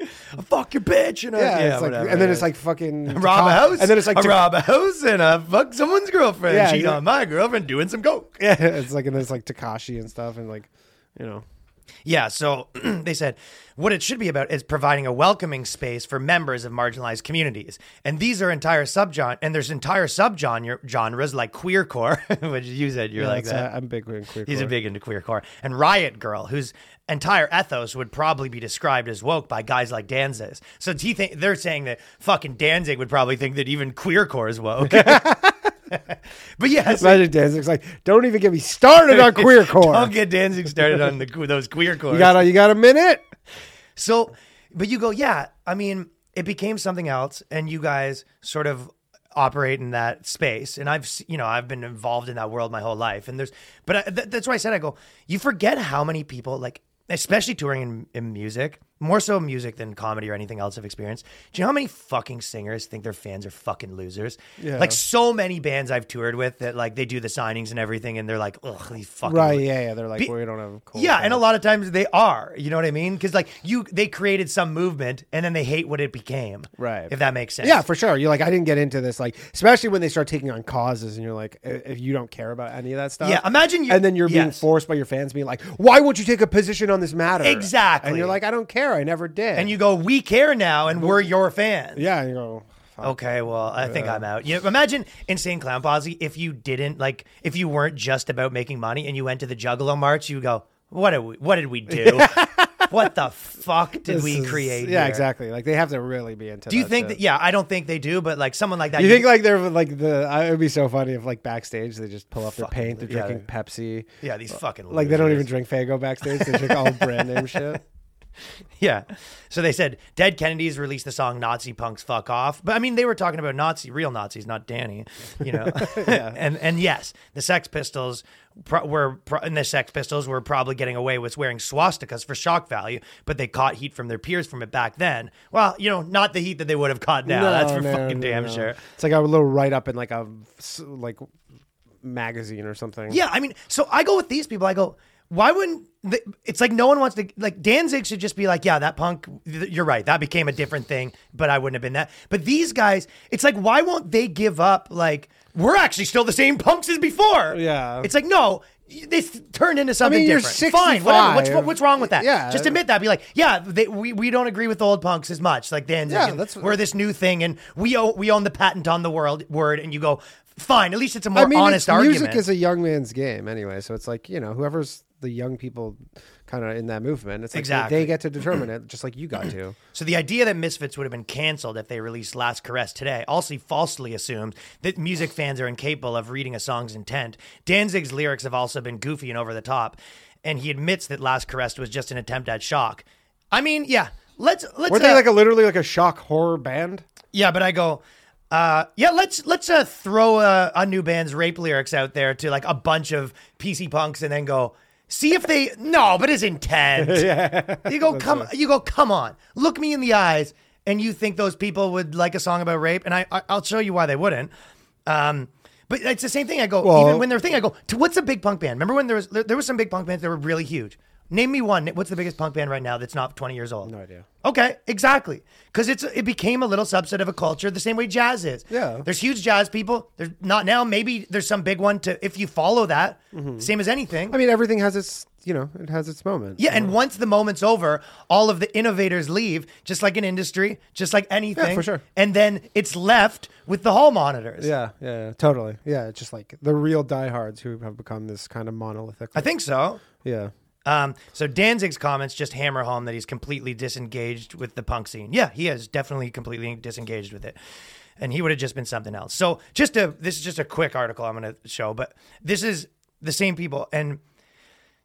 Speaker 3: fuck your bitch. And I,
Speaker 4: yeah, it's like,
Speaker 3: whatever,
Speaker 4: and then
Speaker 3: Uh, yeah.
Speaker 4: it's like fucking
Speaker 3: rob a
Speaker 4: Teca-
Speaker 3: house.
Speaker 4: and then it's like
Speaker 3: I
Speaker 4: Te-
Speaker 3: rob a house and I fuck someone's girlfriend.
Speaker 4: Yeah,
Speaker 3: Cheat
Speaker 4: yeah.
Speaker 3: on my girlfriend doing some coke.
Speaker 4: yeah, it's like and then it's like Takashi and stuff, and like you know,
Speaker 3: Yeah, so they said what it should be about is providing a welcoming space for members of marginalized communities. And these are entire subgenre and there's entire subgenre genres like queercore, which you said you're like
Speaker 4: that's-
Speaker 3: that.
Speaker 4: I- I'm big in queer.
Speaker 3: He's a
Speaker 4: core.
Speaker 3: big into queercore. And Riot Girl, whose entire ethos would probably be described as woke by guys like Danzig. So he think they're saying that fucking Danzig would probably think that even queercore is woke. but yeah, so-
Speaker 4: Imagine Danzig's like, don't even get me started on queer core.
Speaker 3: Don't get Danzig started on the, those queer cores.
Speaker 4: You got a, you got a minute?
Speaker 3: So, but you go, yeah, I mean, it became something else, and you guys sort of operate in that space. And I've, s- you know, I've been involved in that world my whole life. And there's, but I, th- that's why I said, I go, you forget how many people, like, especially touring in, in music, more so music than comedy or anything else I've experienced. Do you know how many fucking singers think their fans are fucking losers?
Speaker 4: Yeah.
Speaker 3: Like, so many bands I've toured with that, like, they do the signings and everything, and they're like, ugh, these fucking
Speaker 4: Right? Yeah, yeah. They're like,
Speaker 3: Be-
Speaker 4: well, we don't have. a cool
Speaker 3: yeah, and a
Speaker 4: crowd."
Speaker 3: lot of times they are. You know what I mean? Because like you, they created some movement, and then they hate what it became.
Speaker 4: Right.
Speaker 3: If that makes sense.
Speaker 4: Yeah, for sure. You're like, I didn't get into this, like, especially when they start taking on causes, and you're like, i- if you don't care about any of that stuff,
Speaker 3: Yeah, imagine you-
Speaker 4: and then you're being
Speaker 3: yes.
Speaker 4: forced by your fans being like, why won't you take a position on this matter?
Speaker 3: Exactly.
Speaker 4: and you're like, I don't care, I never did,
Speaker 3: And you go, we care now, and we're your fans.
Speaker 4: yeah, and you go, fuck.
Speaker 3: Okay, well, I think I'm out. You know, imagine Insane Clown Posse if you didn't like, if you weren't just about making money and you went to the Juggalo March, you go, what did we, what did we do? what the fuck did
Speaker 4: This
Speaker 3: we
Speaker 4: is-
Speaker 3: create?
Speaker 4: Yeah,
Speaker 3: here?
Speaker 4: exactly. Like they have to really be into.
Speaker 3: Do you
Speaker 4: that
Speaker 3: think
Speaker 4: shit.
Speaker 3: that? Yeah, I don't think they do, but like someone like that,
Speaker 4: You think like they're like the? I, it'd be so funny if like backstage they just pull off their paint, they're
Speaker 3: yeah.
Speaker 4: drinking Pepsi,
Speaker 3: yeah, these fucking
Speaker 4: like they don't
Speaker 3: losers.
Speaker 4: even drink Fago backstage, they drink all brand name shit.
Speaker 3: Yeah. So they said Dead Kennedys released the song Nazi Punks Fuck Off. But I mean they were talking about Nazi real Nazis, not Danny, you know. And and yes, the Sex Pistols pro- were pro- and the Sex Pistols were probably getting away with wearing swastikas for shock value, but they caught heat from their peers from it back then. Well, you know, not the heat that they would have caught now. That's for
Speaker 4: no,
Speaker 3: fucking
Speaker 4: no,
Speaker 3: damn
Speaker 4: no.
Speaker 3: sure.
Speaker 4: It's like a little write up in like a s- like magazine or something.
Speaker 3: Yeah, I mean, so I go with these people. I go, why wouldn't? The, it's like no one wants to like Danzig should just be like, yeah, that punk. th- You're right. That became a different thing, but I wouldn't have been that. But these guys, it's like, why won't they give up? Like, we're actually still the same punks as before.
Speaker 4: Yeah.
Speaker 3: it's like no. y- They s- turned into something
Speaker 4: mean, you're
Speaker 3: different. Fine, whatever. What's,
Speaker 4: 65.
Speaker 3: what's wrong with that?
Speaker 4: Yeah.
Speaker 3: just admit that. Be like, yeah, they, we, we don't agree with old punks as much. Like Danzig,
Speaker 4: Yeah,
Speaker 3: and
Speaker 4: that's-
Speaker 3: we're this new thing, and we own, we own the patent on the world word. And you go, fine. At least it's a more
Speaker 4: I mean,
Speaker 3: honest
Speaker 4: it's,
Speaker 3: argument.
Speaker 4: music is a young man's game anyway, so it's like you know whoever's the young people kind of in that movement. It's like they-
Speaker 3: Exactly.
Speaker 4: they get to determine it, just like you got to.
Speaker 3: So the idea that Misfits would have been canceled if they released Last Caress today also falsely assumes that music fans are incapable of reading a song's intent. Danzig's lyrics have also been goofy and over the top, and he admits that Last Caress was just an attempt at shock. I mean, yeah, let's let's
Speaker 4: Weren't they
Speaker 3: uh,
Speaker 4: like a literally like a shock horror band?
Speaker 3: yeah, but I go. Uh, yeah, let's let's uh, throw a, a new band's rape lyrics out there to like a bunch of PC punks, and then go see if they no, but his intent. You go come you go come on, look me in the eyes, and you think those people would like a song about rape, and I, I I'll show you why they wouldn't. Um, but it's the same thing. I go
Speaker 4: Well-
Speaker 3: even when they're thing, I go to what's a big punk band? Remember when there was there, there was some big punk bands that were really huge. Name me one. What's the biggest punk band right now that's not 20 years old?
Speaker 4: No idea.
Speaker 3: Okay, exactly. Because it's it became a little subset of a culture the same way jazz is.
Speaker 4: Yeah.
Speaker 3: There's huge jazz people. There's not now. Maybe there's some big one to if you follow that.
Speaker 4: Mm-hmm.
Speaker 3: Same as anything.
Speaker 4: I mean, everything has its, you know, it has its moment.
Speaker 3: Yeah, and once the moment's over, all of the innovators leave, just like an industry, just like anything.
Speaker 4: for sure.
Speaker 3: And then it's left with the hall monitors.
Speaker 4: Yeah, yeah, yeah, totally. Yeah, it's just like the real diehards who have become this kind of monolithic.
Speaker 3: I think so.
Speaker 4: yeah.
Speaker 3: Um, so Danzig's comments just hammer home that he's completely disengaged with the punk scene. Yeah, he is definitely completely disengaged with it. And he would have just been something else. So just a this is just a quick article I'm gonna show, but this is the same people and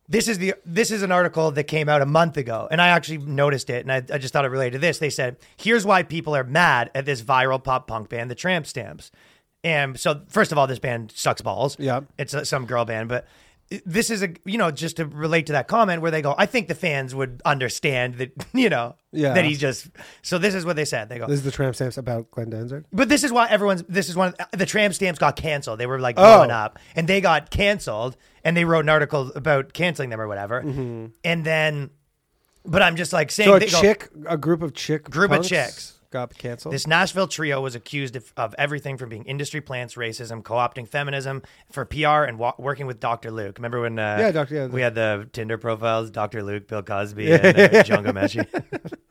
Speaker 3: this is the this is an article that came out a month ago and i actually noticed it and I, I just thought it related to this they said here's why people are mad at this viral pop punk band the tramp stamps and so first of all this band sucks balls
Speaker 4: Yep.
Speaker 3: it's uh some girl band but this is a you know just to relate to that comment where they go i think the fans would understand that you know
Speaker 4: Yeah.
Speaker 3: that he just so this is what they said they go
Speaker 4: This is the tramp stamps about Glenn Danzig.
Speaker 3: but this is why everyone's. This is one. The tram stamps got canceled. They were like
Speaker 4: Oh.
Speaker 3: blowing up, and they got canceled, and they wrote an article about canceling them or whatever. And then, but I'm just like saying,
Speaker 4: Mm-hmm. So a
Speaker 3: they go-
Speaker 4: chick, a group of chick,
Speaker 3: Group of
Speaker 4: punks
Speaker 3: chicks.
Speaker 4: got canceled.
Speaker 3: this Nashville trio was accused of, of everything from being industry plants, racism, co-opting feminism for PR, and wa- working with Dr. Luke. Remember when? Uh,
Speaker 4: Yeah, Dr. yeah,
Speaker 3: we had the Tinder profiles: Dr. Luke, Bill Cosby, and uh, John Gomeshi.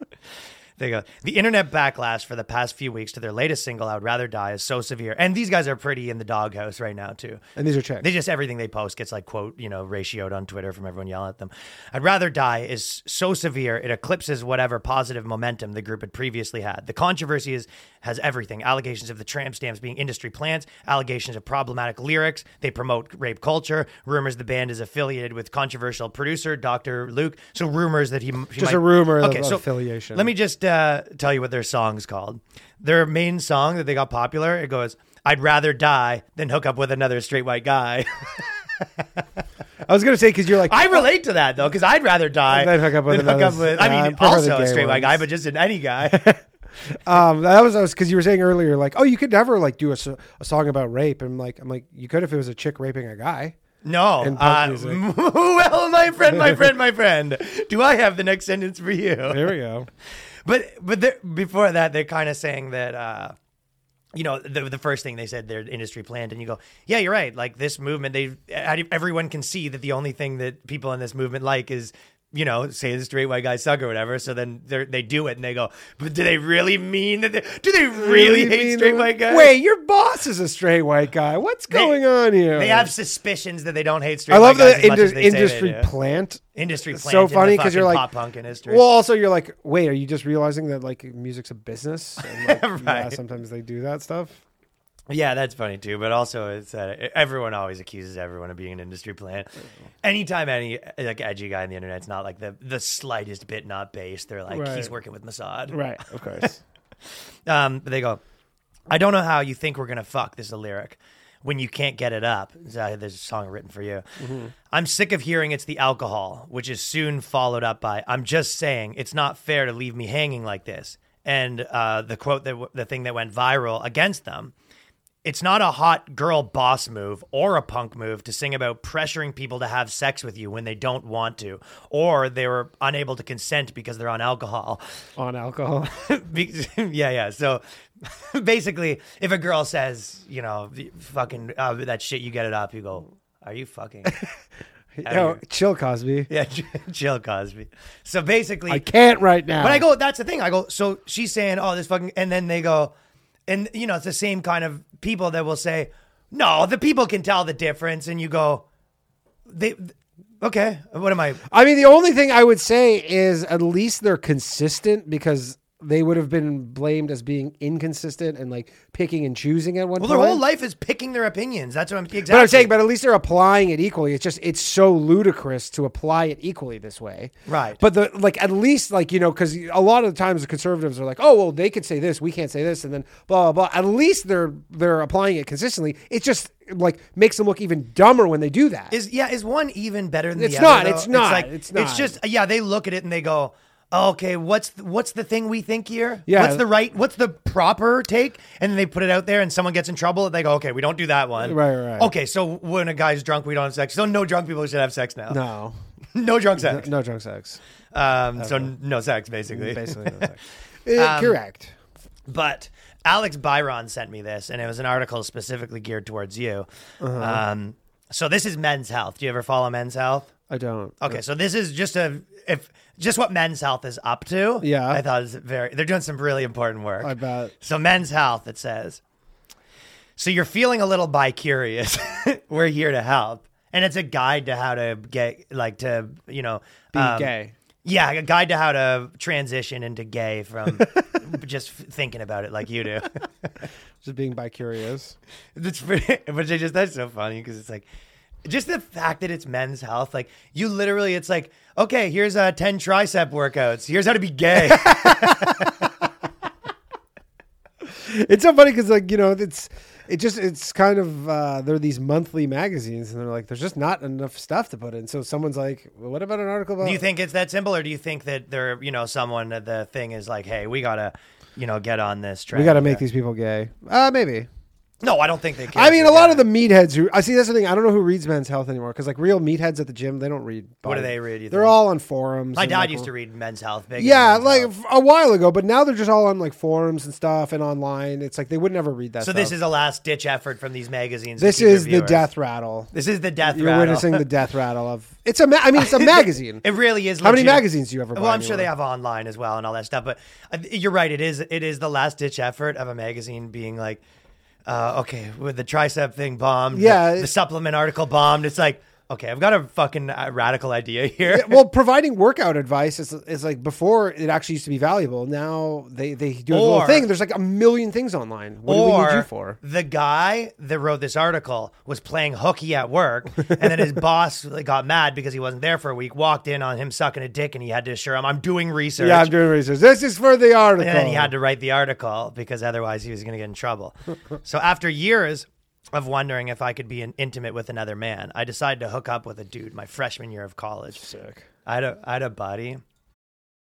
Speaker 3: They go. The internet backlash for the past few weeks to their latest single, "I Would Rather Die," is so severe, and these guys are pretty in the doghouse right now too.
Speaker 4: and these are chicks.
Speaker 3: They just everything they post gets like quote you know ratioed on Twitter from everyone yelling at them. I'd rather die is so severe it eclipses whatever positive momentum the group had previously had. The controversy is has everything: allegations of the tramp stamps being industry plants, allegations of problematic lyrics. They promote rape culture. Rumors the band is affiliated with controversial producer Dr. Luke. So rumors that he, he
Speaker 4: Just
Speaker 3: might-
Speaker 4: a rumor of
Speaker 3: Okay, so
Speaker 4: affiliation.
Speaker 3: Let me just uh, tell you what their song's called. Their main song that they got popular. It goes. I'd rather die than hook up with another straight white guy.
Speaker 4: I was gonna say because you're like
Speaker 3: I relate to that though, because I'd rather die
Speaker 4: Than hook up with
Speaker 3: than hook up
Speaker 4: another-
Speaker 3: with-
Speaker 4: Yeah,
Speaker 3: I
Speaker 4: I
Speaker 3: mean,
Speaker 4: prefer the
Speaker 3: also a
Speaker 4: gay
Speaker 3: straight white guy,
Speaker 4: ones.
Speaker 3: but just in any guy.
Speaker 4: um that was because you were saying earlier like oh you could never like do a, so- a song about rape and like I'm like you could if it was a chick raping a guy.
Speaker 3: No.
Speaker 4: And punk
Speaker 3: Uh,
Speaker 4: music.
Speaker 3: well, my friend, my friend, my friend. Do I have the next sentence for you?
Speaker 4: There we go.
Speaker 3: But but the- before that, they're kind of saying that. Uh, you know the, the first thing they said they're industry planned and you go yeah you're right like this movement they everyone can see that the only thing that people in this movement like is you know say the straight white guy suck or whatever so then they they do it and they go but do they really mean that they, do they really, hate
Speaker 4: mean-
Speaker 3: straight white guys
Speaker 4: Wait, your boss is a straight white guy. What's
Speaker 3: They-
Speaker 4: going on here?
Speaker 3: They have suspicions that they don't hate straight.
Speaker 4: I love
Speaker 3: white
Speaker 4: the
Speaker 3: guys as much as
Speaker 4: indu-
Speaker 3: they say they
Speaker 4: industry
Speaker 3: do.
Speaker 4: plant.
Speaker 3: Industry
Speaker 4: It's
Speaker 3: plant.
Speaker 4: so funny
Speaker 3: because
Speaker 4: because you're like
Speaker 3: pop punk industry.
Speaker 4: Well, also you're like, wait, are you just realizing that like music's a business? And, like, yeah,
Speaker 3: Right.
Speaker 4: sometimes they do that stuff.
Speaker 3: yeah, that's funny too. But also, it's uh, everyone always accuses everyone of being an industry plant. Anytime any like edgy guy on the internet's not like the the slightest bit not based, they're like
Speaker 4: Right.
Speaker 3: he's working with Mossad.
Speaker 4: Right, of course.
Speaker 3: Um, but they go, I don't know how you think we're gonna fuck. This is a lyric. When you can't get it up, It's, uh, there's a song written for you. I'm sick of hearing it's the alcohol, which is soon followed up by, I'm just saying it's not fair to leave me hanging like this. And uh, the quote that w- the thing that went viral against them it's not a hot girl boss move or a punk move to sing about pressuring people to have sex with you when they don't want to or they were unable to consent because they're on alcohol.
Speaker 4: On alcohol.
Speaker 3: Be- yeah, yeah. So basically, if a girl says, you know, fucking uh, that shit, you get it up, you go, are you fucking?
Speaker 4: Yo, chill, Cosby.
Speaker 3: yeah, chill, Cosby. So basically,
Speaker 4: I can't right now.
Speaker 3: but I go, that's the thing. I go, so she's saying, oh, this fucking, and then they go, and you know, it's the same kind of people that will say, no, the people can tell the difference, and you go, they, okay, what am I?
Speaker 4: I mean, the only thing I would say is at least they're consistent because they would have been blamed as being inconsistent and like picking and choosing at one
Speaker 3: Well,
Speaker 4: point.
Speaker 3: their whole life is picking their opinions. That's what I'm exactly.
Speaker 4: But I'm saying, but at least they're applying it equally. It's just it's so ludicrous to apply it equally this way.
Speaker 3: Right.
Speaker 4: But the like at least like you know because a lot of the times the conservatives are like, oh well, they could say this, we can't say this, and then blah blah blah. At least they're they're applying it consistently. It just like makes them look even dumber when they do that.
Speaker 3: Is yeah, is one even better than
Speaker 4: It's
Speaker 3: the other?
Speaker 4: not,
Speaker 3: though?
Speaker 4: it's not,
Speaker 3: like,
Speaker 4: it's not.
Speaker 3: just yeah. They look at it and they go, okay, what's th- what's the thing we think here?
Speaker 4: Yeah.
Speaker 3: What's the right? What's the proper take? And then they put it out there, and someone gets in trouble. And they go, okay, we don't do that one.
Speaker 4: Right, right, right.
Speaker 3: Okay, so when a guy's drunk, we don't have sex. So no drunk people should have sex now.
Speaker 4: no.
Speaker 3: no drunk sex.
Speaker 4: No drunk sex.
Speaker 3: Um, so n- no sex, basically.
Speaker 4: Basically, no sex.
Speaker 3: Um,
Speaker 4: Eh, correct.
Speaker 3: But Alex Byron sent me this, and it was an article specifically geared towards you.
Speaker 4: Uh-huh.
Speaker 3: Um, so this is Men's Health. Do you ever follow Men's Health?
Speaker 4: I don't.
Speaker 3: Okay, so this is just a if just what Men's Health is up to.
Speaker 4: Yeah.
Speaker 3: I thought it's very. They're doing some really important work.
Speaker 4: I bet.
Speaker 3: So Men's Health, it says. So you're feeling a little bi-curious. We're here to help, and it's a guide to how to get like to you know
Speaker 4: Be
Speaker 3: um,
Speaker 4: gay.
Speaker 3: Yeah, a guide to how to transition into gay from just f- thinking about it like you do.
Speaker 4: Just being bi curious.
Speaker 3: That's pretty, but I just that's so funny because it's like just the fact that it's men's health. Like you literally, it's like okay, here's uh, ten tricep workouts. Here's how to be gay.
Speaker 4: It's so funny because like you know it's it just it's kind of uh, there are these monthly magazines and they're like there's just not enough stuff to put in. So someone's like, well, what about an article about?
Speaker 3: do you think it's that simple, or do you think that there, you know, someone that the thing is like, hey, we gotta, you know, get on this track.
Speaker 4: we got to make these people gay? Uh, maybe.
Speaker 3: No, I don't think they. Care
Speaker 4: I
Speaker 3: if
Speaker 4: mean, a
Speaker 3: they
Speaker 4: lot
Speaker 3: got
Speaker 4: of the meatheads who I see. That's the thing. I don't know who reads Men's Health anymore because like real meatheads at the gym, they don't read.
Speaker 3: What do
Speaker 4: body-
Speaker 3: they read, you
Speaker 4: They're
Speaker 3: think?
Speaker 4: all on forums.
Speaker 3: My
Speaker 4: and,
Speaker 3: dad
Speaker 4: like,
Speaker 3: used to read Men's Health. Big
Speaker 4: Yeah,
Speaker 3: Men's
Speaker 4: like
Speaker 3: Health.
Speaker 4: f- a while ago, but now they're just all on like forums and stuff and online. It's like they would never read that.
Speaker 3: So
Speaker 4: stuff.
Speaker 3: this is a last ditch effort from these magazines. to
Speaker 4: uh, this
Speaker 3: keep their
Speaker 4: is the
Speaker 3: viewers.
Speaker 4: death rattle.
Speaker 3: This is the death.
Speaker 4: You're
Speaker 3: rattle.
Speaker 4: witnessing the death rattle of it's a. Ma- I mean, it's a magazine.
Speaker 3: It really is.
Speaker 4: How many
Speaker 3: legit-
Speaker 4: magazines do you ever buy
Speaker 3: Well, I'm sure
Speaker 4: anywhere?
Speaker 3: they have online as well and all that stuff. But uh, you're right. It is. It is the last ditch effort of a magazine being like, uh, okay, with the tricep thing bombed. the-
Speaker 4: Yeah.
Speaker 3: The, supplement article bombed. It's like, okay, I've got a fucking uh, radical idea here.
Speaker 4: well, providing workout advice is, is like before it actually used to be valuable. Now they they do a
Speaker 3: Or-
Speaker 4: little thing. There's like a million things online. What do we need you for?
Speaker 3: the guy that wrote this article was playing hooky at work, and then his boss like, got mad because he wasn't there for a week. Walked in on him sucking a dick, and he had to assure him, "I'm doing research."
Speaker 4: Yeah, I'm doing research. This is for the article.
Speaker 3: And then he had to write the article because otherwise he was going to get in trouble. so after years of wondering if I could be an intimate with another man, I decided to hook up with a dude my freshman year of college. Sick. I had a, I had a buddy.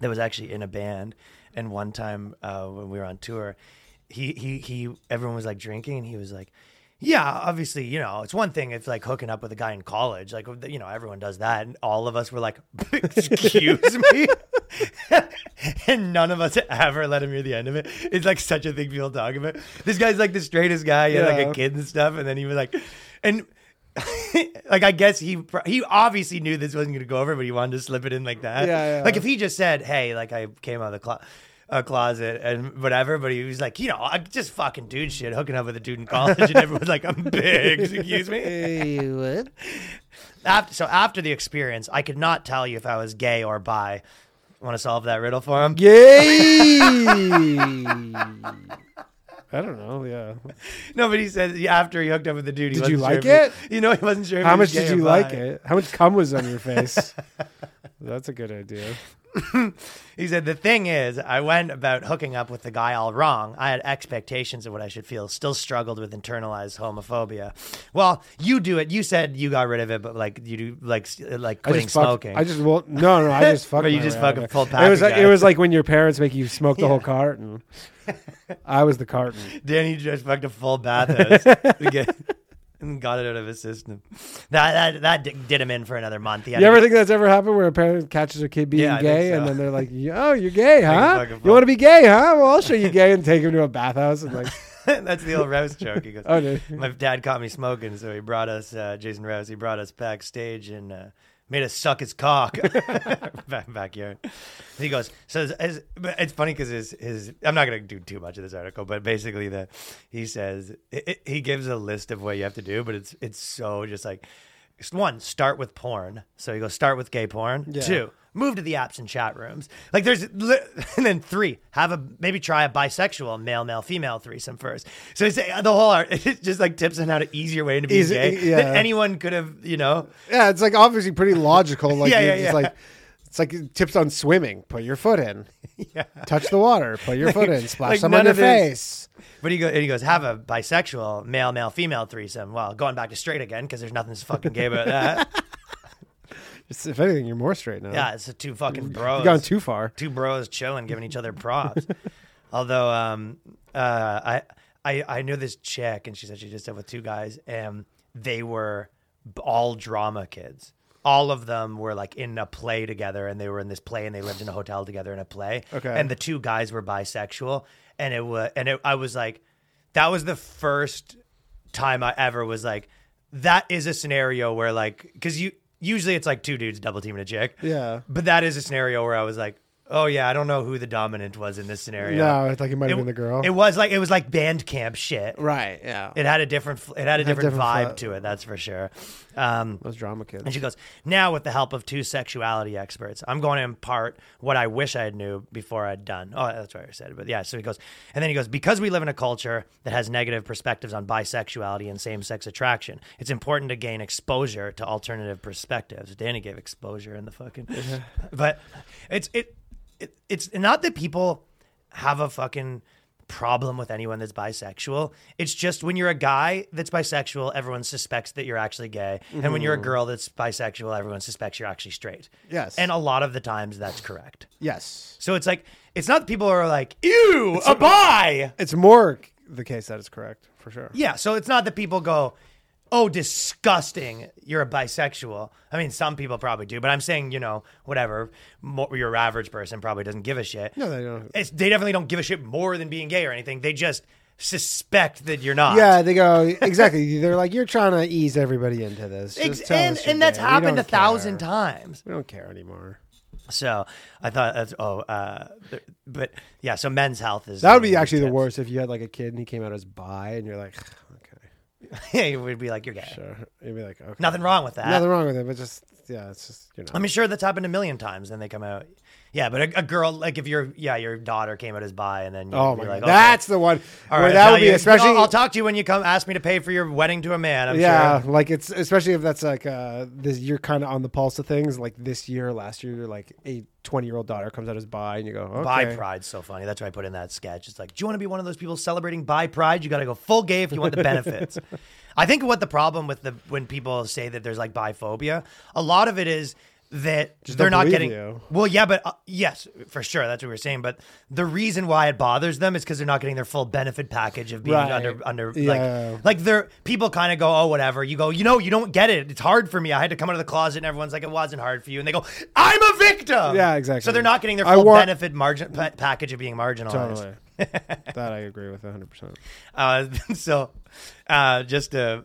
Speaker 3: that was actually in a band. And one time uh, when we were on tour, he he he, everyone was like drinking, and he was like, "Yeah, obviously, you know, it's one thing if like hooking up with a guy in college, like you know, everyone does that." And all of us were like, "Excuse me," and none of us ever let him hear the end of it. It's like such a thing people talk about. This guy's like the straightest guy, yeah, like a
Speaker 4: Yeah.
Speaker 3: kid and stuff, and then he was like, and. like I guess he pro- he obviously knew this wasn't going to go over, but he wanted to slip it in like that.
Speaker 4: Yeah, yeah.
Speaker 3: Like if he just said, "Hey, like I came out of the clo- uh, closet and whatever," but he was like, you know, I just fucking dude shit, hooking up with a dude in college, and everyone's like, "I'm big." Excuse me. After, so after the experience, I could not tell you if I was gay or bi. Want to solve that riddle for him?
Speaker 4: Yay! I don't know. Yeah.
Speaker 3: No, but he says yeah, after he hooked up with the dude, he
Speaker 4: Did you
Speaker 3: wasn't sure
Speaker 4: like
Speaker 3: if he- you know, he wasn't sure. If
Speaker 4: How
Speaker 3: he was
Speaker 4: much
Speaker 3: gay
Speaker 4: did
Speaker 3: or
Speaker 4: you like
Speaker 3: bi.
Speaker 4: it? How much cum was on your face? That's a good idea.
Speaker 3: He said, The thing is, I went about hooking up with the guy all wrong. I had expectations of what I should feel, still struggled with internalized homophobia. Well, you do it. You said you got rid of it, but like, you do, like, s- like
Speaker 4: I
Speaker 3: quitting
Speaker 4: just fucked-
Speaker 3: smoking.
Speaker 4: I just well, no, no. I just fucked.
Speaker 3: But you
Speaker 4: my
Speaker 3: just
Speaker 4: way out
Speaker 3: fucking
Speaker 4: of it.
Speaker 3: pulled
Speaker 4: It was
Speaker 3: back
Speaker 4: like, it
Speaker 3: again.
Speaker 4: was like when your parents make you smoke the whole carton. I was the carton.
Speaker 3: Danny just fucked a full bathhouse to get- and got it out of his system. That, that, that di- did him in for another month. He had
Speaker 4: You
Speaker 3: to
Speaker 4: ever
Speaker 3: get-
Speaker 4: think that's ever happened where a parent catches a kid being
Speaker 3: Yeah, I think
Speaker 4: gay and
Speaker 3: so.
Speaker 4: then they're like, "Oh, you're gay, huh?
Speaker 3: fucking
Speaker 4: You want to be gay, huh? Well, I'll show you gay," and take him to a bathhouse and like,
Speaker 3: That's the old Rouse joke. He goes,
Speaker 4: Oh, no.
Speaker 3: My dad caught me smoking, so he brought us, uh, Jason Rouse, he brought us backstage and uh, made us suck his cock back, backyard. And he goes, So it's, it's, but it's funny because his, his, I'm not going to do too much of this article, but basically, the, he says, it, it- he gives a list of what you have to do, but it's, it's so just like, s- one, start with porn. So you go start with gay porn. Two, move to the apps and chat rooms. Like there's, li- and then three, have a maybe try a bisexual male male female threesome first. So it's uh, the whole art. It's just like tips on how to easier way to be
Speaker 4: Easy-
Speaker 3: gay
Speaker 4: yeah.
Speaker 3: that anyone could have. You know,
Speaker 4: Yeah, it's like obviously pretty logical. Like
Speaker 3: Yeah,
Speaker 4: you're
Speaker 3: yeah,
Speaker 4: just
Speaker 3: yeah.
Speaker 4: like it's like tips on swimming. Put your foot in. Touch the water. Put your foot in. Splash
Speaker 3: like
Speaker 4: some on
Speaker 3: none
Speaker 4: your
Speaker 3: of this-
Speaker 4: face.
Speaker 3: But he, go, and he goes, have a bisexual male, male, female threesome. Well, going back to straight again because there's nothing fucking gay about that.
Speaker 4: It's- if anything, you're more straight now.
Speaker 3: yeah, it's the two fucking bros.
Speaker 4: You've gone too far.
Speaker 3: Two bros chilling, giving each other props. Although, um, uh, I, I, I knew this chick, and she said she just did with two guys, and they were b- all drama kids. All of them were like in a play together, and they were in this play, and they lived in a hotel together in a play.
Speaker 4: Okay.
Speaker 3: and the two guys were bisexual, and it was, and it, I was like, that was the first time I ever was like, that is a scenario where like, because you usually it's like two dudes double teaming a chick.
Speaker 4: Yeah.
Speaker 3: But that is a scenario where I was like, oh yeah, I don't know who the dominant was in this scenario.
Speaker 4: No, it's like it might have been the girl.
Speaker 3: It was like it was like band camp shit.
Speaker 4: Right. Yeah.
Speaker 3: It had a different fl- it had a different,
Speaker 4: different
Speaker 3: vibe
Speaker 4: fla-
Speaker 3: to it. That's for sure. Um,
Speaker 4: Those drama
Speaker 3: and
Speaker 4: kids.
Speaker 3: she goes, Now, with the help of two sexuality experts, I'm going to impart what I wish I knew before I'd done. Oh, that's what I said. But yeah, so he goes, and then he goes, Because we live in a culture that has negative perspectives on bisexuality and same sex attraction, it's important to gain exposure to alternative perspectives. Danny gave exposure in the fucking. but it's, it, it, it's not that people have a fucking problem with anyone that's bisexual. It's just when you're a guy that's bisexual, everyone suspects that you're actually gay. And when you're a girl that's bisexual, everyone suspects you're actually straight.
Speaker 4: Yes.
Speaker 3: And a lot of the times that's correct.
Speaker 4: Yes.
Speaker 3: So it's like, it's not that people are like, ew, a bi.
Speaker 4: It's more c- the case that is correct for sure.
Speaker 3: Yeah. So it's not that people go, oh, disgusting, you're a bisexual. I mean, some people probably do, but I'm saying, you know, whatever, more, your average person probably doesn't give a shit.
Speaker 4: No, they don't.
Speaker 3: It's, they definitely don't give a shit more than being gay or anything. They just suspect that you're not.
Speaker 4: Yeah, they go exactly. They're like, you're trying to ease everybody into this. Just
Speaker 3: Ex-
Speaker 4: tell
Speaker 3: and
Speaker 4: us you're
Speaker 3: and that's
Speaker 4: gay. We
Speaker 3: happened a
Speaker 4: don't
Speaker 3: thousand
Speaker 4: care.
Speaker 3: times.
Speaker 4: We don't care anymore.
Speaker 3: So I thought that's oh, uh, th- but yeah. So men's health is
Speaker 4: That would be actually the worst if you had like a kid and he came out as bi and you're like, okay,
Speaker 3: it would be like you're gay.
Speaker 4: sure. You'd be like, okay,
Speaker 3: Nothing wrong with that.
Speaker 4: nothing wrong with it, but just yeah, it's just you know.
Speaker 3: I'm sure that's happened a million times. Then they come out. Yeah, but a, a girl like if your yeah your daughter came out as bi and then you'd
Speaker 4: Oh
Speaker 3: be
Speaker 4: my
Speaker 3: like,
Speaker 4: god,
Speaker 3: okay,
Speaker 4: that's the one.
Speaker 3: all
Speaker 4: where
Speaker 3: right,
Speaker 4: that
Speaker 3: I'll
Speaker 4: would be
Speaker 3: you-
Speaker 4: especially.
Speaker 3: I'll, I'll talk to you when you come ask me to pay for your wedding to a man. I'm
Speaker 4: yeah,
Speaker 3: sure.
Speaker 4: like it's especially if that's like uh this you're kind of on the pulse of things. Like this year, last year, you're like a 20 year old daughter comes out as bi, and you go okay.
Speaker 3: Bi pride's so funny. That's why I put in that sketch. It's like, do you want to be one of those people celebrating bi pride? You got to go full gay if you want the benefits. I think what the problem with the when people say that there's like biphobia, a lot of it is that they're
Speaker 4: don't
Speaker 3: not
Speaker 4: believe
Speaker 3: getting.
Speaker 4: you.
Speaker 3: Well, yeah, but uh, yes, for sure, that's what we were saying. But the reason why it bothers them is because they're not getting their full benefit package of being
Speaker 4: Right.
Speaker 3: under under
Speaker 4: Yeah.
Speaker 3: like like they're people kind of go, oh, whatever. You go, you know, you don't get it. It's hard for me. I had to come out of the closet, and everyone's like, it wasn't hard for you, and they go, I'm a victim.
Speaker 4: Yeah, exactly.
Speaker 3: So they're not getting their
Speaker 4: I
Speaker 3: full
Speaker 4: want-
Speaker 3: benefit benefit margin pa- package of being marginalized.
Speaker 4: Totally. that I agree with 100. percent
Speaker 3: Uh, so, uh, just uh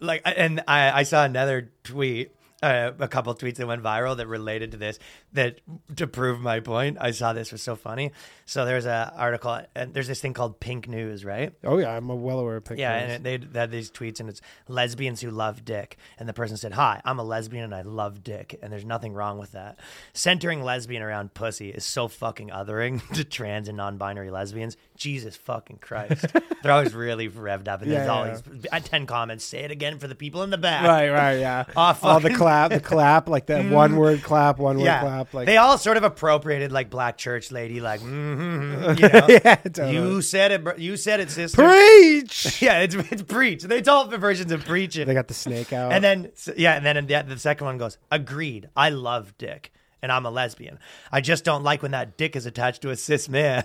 Speaker 3: like, and I, I saw another tweet. Uh, a couple tweets that went viral that related to this that to prove my point i saw this was so funny so there's a article and there's this thing called pink news right
Speaker 4: Oh yeah, I'm well aware of pink.
Speaker 3: yeah,
Speaker 4: news.
Speaker 3: and it- they had these tweets, and it's lesbians who love dick. And the person said, Hi, I'm a lesbian and I love dick, and there's nothing wrong with that. Centering lesbian around pussy is so fucking othering to trans and non binary lesbians. Jesus fucking Christ. They're always really revved up, and there's
Speaker 4: Yeah,
Speaker 3: always at 10 comments, say it again for the people in the back.
Speaker 4: Right, right, yeah.
Speaker 3: Oh,
Speaker 4: All the
Speaker 3: fucking-
Speaker 4: clap, the clap, like that one word clap, one word
Speaker 3: Yeah,
Speaker 4: clap, like
Speaker 3: they all sort of appropriated like black church lady, like mm-hmm, you know,
Speaker 4: Yeah, totally.
Speaker 3: you said it, bro. you said it, sister.
Speaker 4: preach.
Speaker 3: yeah, it's, it's preach. They all versions of preach it.
Speaker 4: they got the snake out.
Speaker 3: And then so- yeah, and then in the, the second one goes, "Agreed. I love dick, and I'm a lesbian. I just don't like when that dick is attached to a cis man."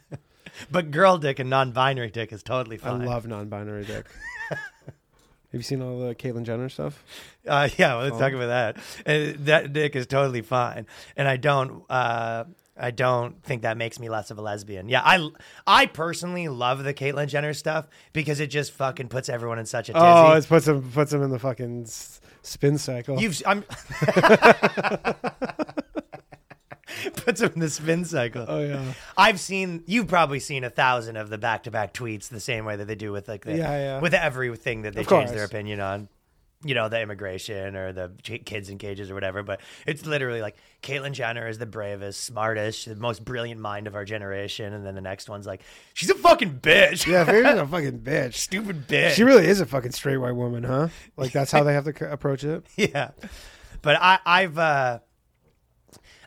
Speaker 3: but girl dick and non-binary dick is totally
Speaker 4: I
Speaker 3: fine.
Speaker 4: love non-binary dick. Have you seen all the Caitlyn Jenner stuff?
Speaker 3: Uh, yeah, well, let's talk
Speaker 4: Oh.
Speaker 3: about that. Uh, that dick is totally fine, and I don't. Uh, I don't think that makes me less of a lesbian. Yeah, I, I personally love the Caitlyn Jenner stuff because it just fucking puts everyone in such a tizzy.
Speaker 4: Oh, it puts him puts him in the fucking s- spin cycle.
Speaker 3: You've I'm puts him in the spin cycle. Oh
Speaker 4: yeah.
Speaker 3: I've seen you've probably seen a thousand of the back to back tweets the same way that they do with like the
Speaker 4: Yeah, yeah.
Speaker 3: with everything that they
Speaker 4: Of
Speaker 3: change their
Speaker 4: course.
Speaker 3: opinion on. you know, the immigration or the ch- kids in cages or whatever, but it's literally like Caitlyn Jenner is the bravest, smartest, the most brilliant mind of our generation. And then the next one's like, she's a fucking bitch.
Speaker 4: Yeah, Vera's a fucking bitch.
Speaker 3: Stupid bitch.
Speaker 4: She really is a fucking straight white woman, huh? Like that's how they have to c- approach it.
Speaker 3: yeah. But I, I've, uh,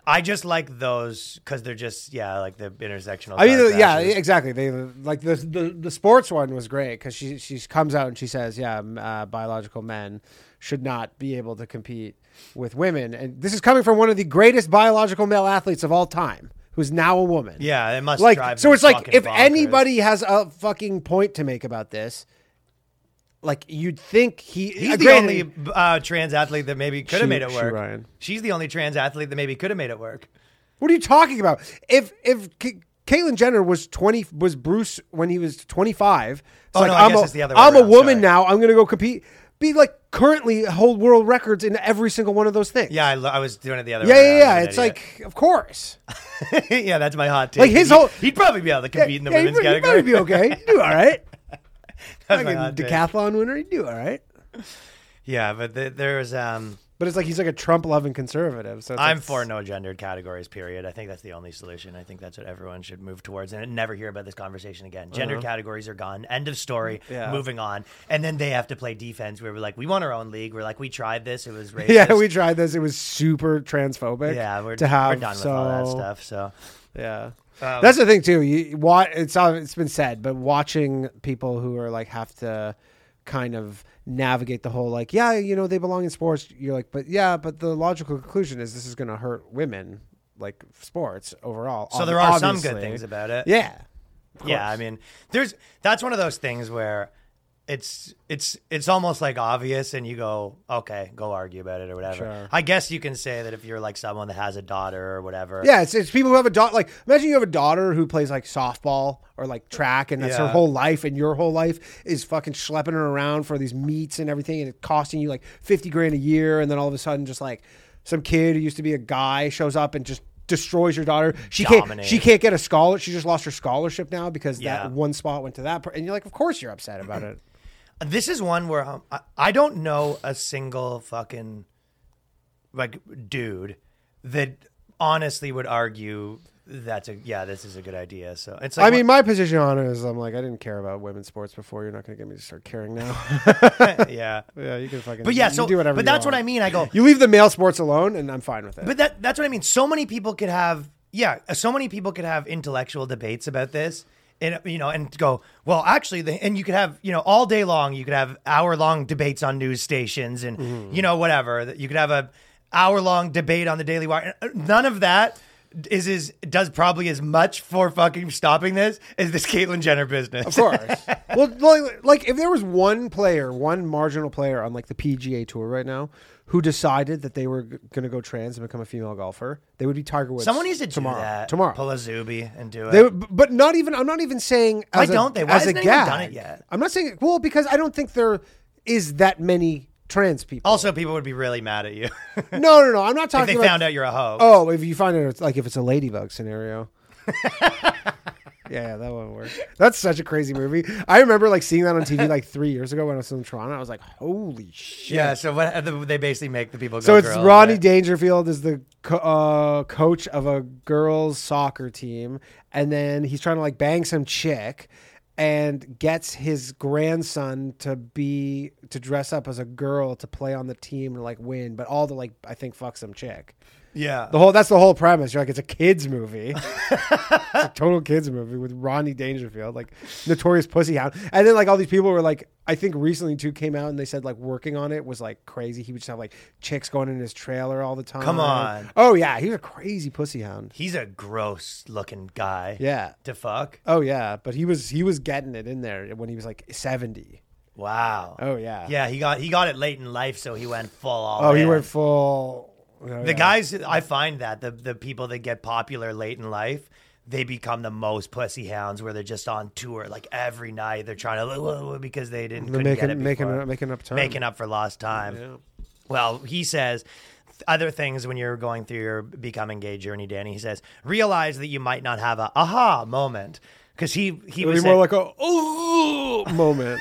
Speaker 3: I just like those because they're just, yeah, like the intersectional.
Speaker 4: I mean, uh,
Speaker 3: car
Speaker 4: yeah,
Speaker 3: crashes.
Speaker 4: exactly. They like the the, the sports one was great because she she comes out and she says, yeah, m- uh, biological men should not be able to compete with women, and this is coming from one of the greatest biological male athletes of all time, who's now a woman.
Speaker 3: Yeah, it must
Speaker 4: like
Speaker 3: drive
Speaker 4: so.
Speaker 3: them
Speaker 4: It's like
Speaker 3: fucking
Speaker 4: if
Speaker 3: bonkers.
Speaker 4: anybody has a fucking point to make about this, like you'd think he
Speaker 3: He's the
Speaker 4: granted-
Speaker 3: only uh, trans athlete that maybe could
Speaker 4: Shoot,
Speaker 3: have made it
Speaker 4: shoot,
Speaker 3: work.
Speaker 4: Ryan.
Speaker 3: She's the only trans athlete that maybe could have made it work.
Speaker 4: What are you talking about? If if K- Caitlyn Jenner was twenty, was Bruce when he was twenty five?
Speaker 3: Oh, no, I
Speaker 4: I'm
Speaker 3: guess
Speaker 4: a,
Speaker 3: it's the other way
Speaker 4: I'm a
Speaker 3: around,
Speaker 4: woman
Speaker 3: sorry.
Speaker 4: now. I'm gonna go compete. Be like currently hold world records in every single one of those things.
Speaker 3: Yeah, I, lo- I was doing it the other
Speaker 4: yeah,
Speaker 3: way.
Speaker 4: yeah,
Speaker 3: around.
Speaker 4: yeah.
Speaker 3: I'm an
Speaker 4: It's
Speaker 3: idiot.
Speaker 4: like of course.
Speaker 3: yeah, that's my hot take.
Speaker 4: Like, his
Speaker 3: He-
Speaker 4: whole-
Speaker 3: he'd probably be able to compete in the
Speaker 4: Yeah, you
Speaker 3: women's
Speaker 4: better- you
Speaker 3: category.
Speaker 4: better be okay. You do all right.
Speaker 3: That's my
Speaker 4: Fucking
Speaker 3: hot take.
Speaker 4: decathlon winner. You do all right.
Speaker 3: Yeah, but th- there's um,
Speaker 4: But it's like he's like a Trump loving conservative. So it's
Speaker 3: I'm
Speaker 4: like-
Speaker 3: for no gendered categories. Period. I think that's the only solution. I think that's what everyone should move towards, and never hear about this conversation again. Gender categories are gone. End of story.
Speaker 4: Uh-huh. Mm, Yeah.
Speaker 3: Moving on, and then they have to play defense. Where we're like, we want our own league. We're like, we tried this. It was racist.
Speaker 4: Yeah, we tried this. It was super transphobic.
Speaker 3: Yeah, we're,
Speaker 4: to have
Speaker 3: we're done with all that
Speaker 4: so-
Speaker 3: stuff. So
Speaker 4: Yeah,
Speaker 3: Um,
Speaker 4: that's the thing too. You watch it's all- it's been said, but watching people who are like have to kind of navigate the whole like yeah, you know they belong in sports. You're like, but yeah, but the logical conclusion is this is going to hurt women like sports overall.
Speaker 3: So
Speaker 4: Ob-
Speaker 3: there are some
Speaker 4: obviously.
Speaker 3: good things about it.
Speaker 4: Yeah,
Speaker 3: yeah. I mean, there's that's one of those things where it's it's it's almost like obvious, and you go, okay, go argue about it or whatever.
Speaker 4: Sure.
Speaker 3: I guess you can say that if you're like someone that has a daughter or whatever.
Speaker 4: yeah. It's, it's people who have a daughter. Like imagine you have a daughter who plays like softball or like track, and that's her
Speaker 3: Yeah.
Speaker 4: whole life, and your whole life is fucking schlepping her around for these meets and everything, and it's costing you like fifty grand a year, and then all of a sudden, just like some kid who used to be a guy shows up and just destroys your daughter. She can't.
Speaker 3: Dominates.
Speaker 4: She can't get a scholar. She just lost her scholarship now because
Speaker 3: Yeah.
Speaker 4: that one spot went to that. Per- and you're like, of course you're upset about it.
Speaker 3: This is one where um, I, I don't know a single fucking like dude that honestly would argue that's a yeah this is a good idea. So it's like
Speaker 4: I mean, my position on it is, I'm like, I didn't care about women's sports before. You're not going to get me to start caring now.
Speaker 3: yeah.
Speaker 4: yeah, you can fucking.
Speaker 3: But yeah,
Speaker 4: you
Speaker 3: so
Speaker 4: do whatever.
Speaker 3: but
Speaker 4: you
Speaker 3: that's
Speaker 4: want.
Speaker 3: what I mean. I go,
Speaker 4: You leave the male sports alone, and I'm fine with it.
Speaker 3: But that that's what I mean. So many people could have yeah, so many people could have intellectual debates about this. And you know, and go well. Actually, the, and you could have you know all day long. You could have hour long debates on news stations, and
Speaker 4: Mm-hmm.
Speaker 3: you know whatever. that You could have a hour long debate on the Daily Wire. And, uh, None of that is is does probably as much for fucking stopping this as this Caitlyn Jenner business.
Speaker 4: Of course. well, like, like if there was one player, one marginal player on like the PGA tour right now, who decided that they were g- going to go trans and become a female golfer, they would be Tiger Woods.
Speaker 3: Someone needs to do
Speaker 4: tomorrow.
Speaker 3: that
Speaker 4: Tomorrow.
Speaker 3: Pull a Zuby and do it.
Speaker 4: They would- b- but not even. I'm not even saying.
Speaker 3: Why
Speaker 4: As a-
Speaker 3: don't they? Why
Speaker 4: as
Speaker 3: hasn't
Speaker 4: a
Speaker 3: anyone
Speaker 4: gag.
Speaker 3: done it yet?
Speaker 4: I'm not saying. Well, because I don't think there is that many trans people.
Speaker 3: also, people would be really mad at you Oh. if
Speaker 4: no, no, no. I'm not talking.
Speaker 3: they
Speaker 4: about,
Speaker 3: found out you're a hoe.
Speaker 4: Oh, if you find it, it's like if it's a ladybug scenario. yeah, that won't work. That's such a crazy movie. I remember like seeing that on TV like three years ago when I was in Toronto. I was like, holy shit.
Speaker 3: Yeah, so what they basically make the people. Go
Speaker 4: So it's
Speaker 3: girls,
Speaker 4: Ronnie
Speaker 3: right?
Speaker 4: Dangerfield is the co- uh, coach of a girls' soccer team, and then he's trying to like bang some chick, and gets his grandson to be to dress up as a girl to play on the team and like win, but all to like I think fuck some chick.
Speaker 3: Yeah,
Speaker 4: The whole that's the whole premise. You're like, it's a kids movie, it's a total kids movie with Ronnie Dangerfield, like notorious pussy hound. And then like all these people were like, I think recently too came out and they said like working on it was like crazy. He would just have like chicks going in his trailer all the time.
Speaker 3: Come on.
Speaker 4: Oh yeah, he was a crazy pussy hound.
Speaker 3: he's a gross looking guy.
Speaker 4: Yeah.
Speaker 3: to fuck.
Speaker 4: Oh yeah, but he was he was getting it in there when he was like seventy.
Speaker 3: Wow.
Speaker 4: Oh yeah.
Speaker 3: Yeah, he got he got it late in life, so he went full all.
Speaker 4: Oh, he
Speaker 3: in.
Speaker 4: went full. oh,
Speaker 3: The
Speaker 4: yeah.
Speaker 3: guys I find that the the people that get popular late in life. They become the most pussy hounds, where they're just on tour like every night. They're trying to like, whoa, whoa, because they didn't
Speaker 4: They're
Speaker 3: couldn't
Speaker 4: making
Speaker 3: get it
Speaker 4: making
Speaker 3: before.
Speaker 4: up, making up time.
Speaker 3: making up for lost time. Well, he says th- other things when you're going through your becoming gay journey, Danny. He says realize that you might not have a aha moment because he he
Speaker 4: It'd be
Speaker 3: was
Speaker 4: more
Speaker 3: saying-
Speaker 4: like a oh moment.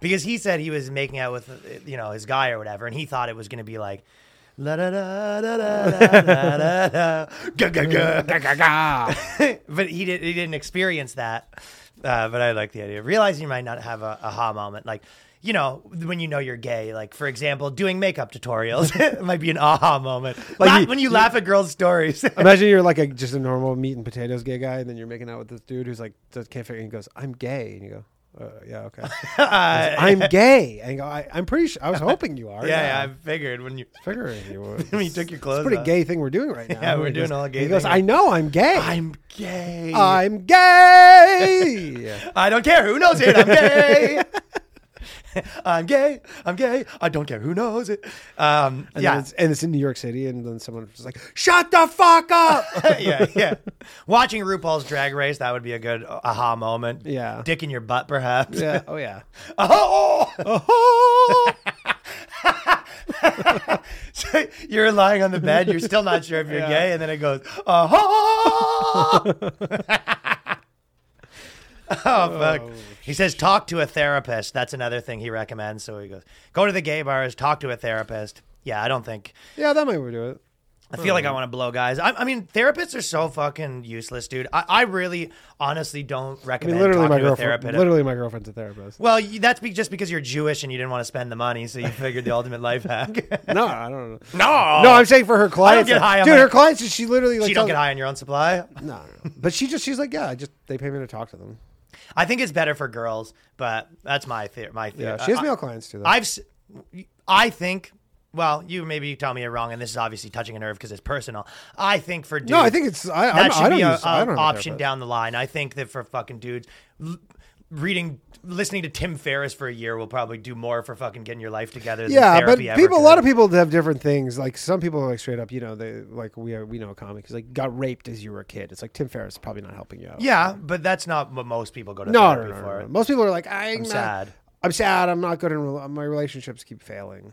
Speaker 3: because he said he was making out with uh, you know his guy or whatever, and he thought it was going to be like. La da da da da da da da da ga ga ga ga ga
Speaker 4: "Ah."
Speaker 3: ga. But he did he didn't experience that. Uh, but I like the idea. Realizing you might not have a aha moment, like you know when you know you're gay. Like for example, doing makeup tutorials it might be an aha moment.
Speaker 4: Like
Speaker 3: Like
Speaker 4: you-
Speaker 3: when you laugh at girls' stories.
Speaker 4: Imagine you're like a just a normal meat and potatoes gay guy, and then you're making out with this dude who's like just can't figure. And he goes, "I'm gay," and you go, uh, "Yeah, okay, I'm gay." And you go, I, "I'm pretty sure. I was hoping you are."
Speaker 3: yeah, yeah, I figured when you
Speaker 4: I'm figuring you were.
Speaker 3: when you took your
Speaker 4: It's
Speaker 3: clothes
Speaker 4: a pretty
Speaker 3: off.
Speaker 4: gay thing we're doing right now.
Speaker 3: Yeah, we're
Speaker 4: He
Speaker 3: doing
Speaker 4: goes-
Speaker 3: all gay
Speaker 4: He goes,
Speaker 3: thing.
Speaker 4: "I know I'm gay.
Speaker 3: I'm gay.
Speaker 4: I'm gay."
Speaker 3: I don't care. Who knows it? I'm gay. I'm gay. I'm gay. I don't care. Who knows it? Um,
Speaker 4: And then
Speaker 3: yeah.
Speaker 4: it's, and it's in New York City, and then someone's just like, "Shut the fuck up."
Speaker 3: yeah, yeah. Watching RuPaul's Drag Race, that would be a good aha moment.
Speaker 4: Yeah.
Speaker 3: Dick in your butt, perhaps.
Speaker 4: yeah. Uh-huh. Oh yeah.
Speaker 3: Oh! Oh!
Speaker 4: Oh.
Speaker 3: so you're lying on the bed. You're still not sure if you're gay, and then it goes, oh! oh,
Speaker 4: Oh,
Speaker 3: fuck. he says, talk to a therapist. That's another thing he recommends. So he goes, go to the gay bars, talk to a therapist. Yeah, I don't think
Speaker 4: Yeah, that might be do it.
Speaker 3: I feel
Speaker 4: Hmm.
Speaker 3: like I want to blow guys. I, I mean, therapists are so fucking useless, dude. I, I really, honestly, don't
Speaker 4: I
Speaker 3: recommend
Speaker 4: mean, literally my
Speaker 3: talking to a
Speaker 4: girlfriend.
Speaker 3: therapist.
Speaker 4: Literally my girlfriend's a therapist.
Speaker 3: Well, you, that's be, just because you're Jewish and you didn't want to spend the money, so you figured the ultimate life hack.
Speaker 4: No, I don't know.
Speaker 3: no,
Speaker 4: No, I'm saying for her clients.
Speaker 3: Oh. get high on
Speaker 4: dude,
Speaker 3: my-
Speaker 4: her clients, she literally like
Speaker 3: so you don't
Speaker 4: tells-
Speaker 3: get high on your own supply.
Speaker 4: No, no, no. but she just she's like, yeah, I just they pay me to talk to them.
Speaker 3: I think it's better for girls, but that's my theory. My theory.
Speaker 4: Yeah, she has
Speaker 3: I-
Speaker 4: male clients too. Though.
Speaker 3: I've, s- I think. Well, you maybe you tell me you're wrong, and this is obviously touching a nerve because it's personal. I think for dudes,
Speaker 4: no, I think it's I, I'm,
Speaker 3: that should
Speaker 4: I don't
Speaker 3: be a,
Speaker 4: use, I
Speaker 3: a
Speaker 4: don't have a
Speaker 3: option
Speaker 4: therapist.
Speaker 3: down the line. I think that for fucking dudes, l- reading, listening to Tim Ferriss for a year will probably do more for fucking getting your life together. Than
Speaker 4: Yeah, but
Speaker 3: therapy ever
Speaker 4: people, a lot of
Speaker 3: could.
Speaker 4: people have different things. Like some people are like straight up, you know, they like we are, we know a comic who's like got raped as you were a kid. It's like Tim Ferriss is probably not helping you out.
Speaker 3: Yeah, but that's not what most people go to
Speaker 4: no, no,
Speaker 3: therapy
Speaker 4: no, no,
Speaker 3: for.
Speaker 4: no. Most people are like, I'm, not-
Speaker 3: sad.
Speaker 4: I'm sad. I'm not good in rel- my relationships keep failing.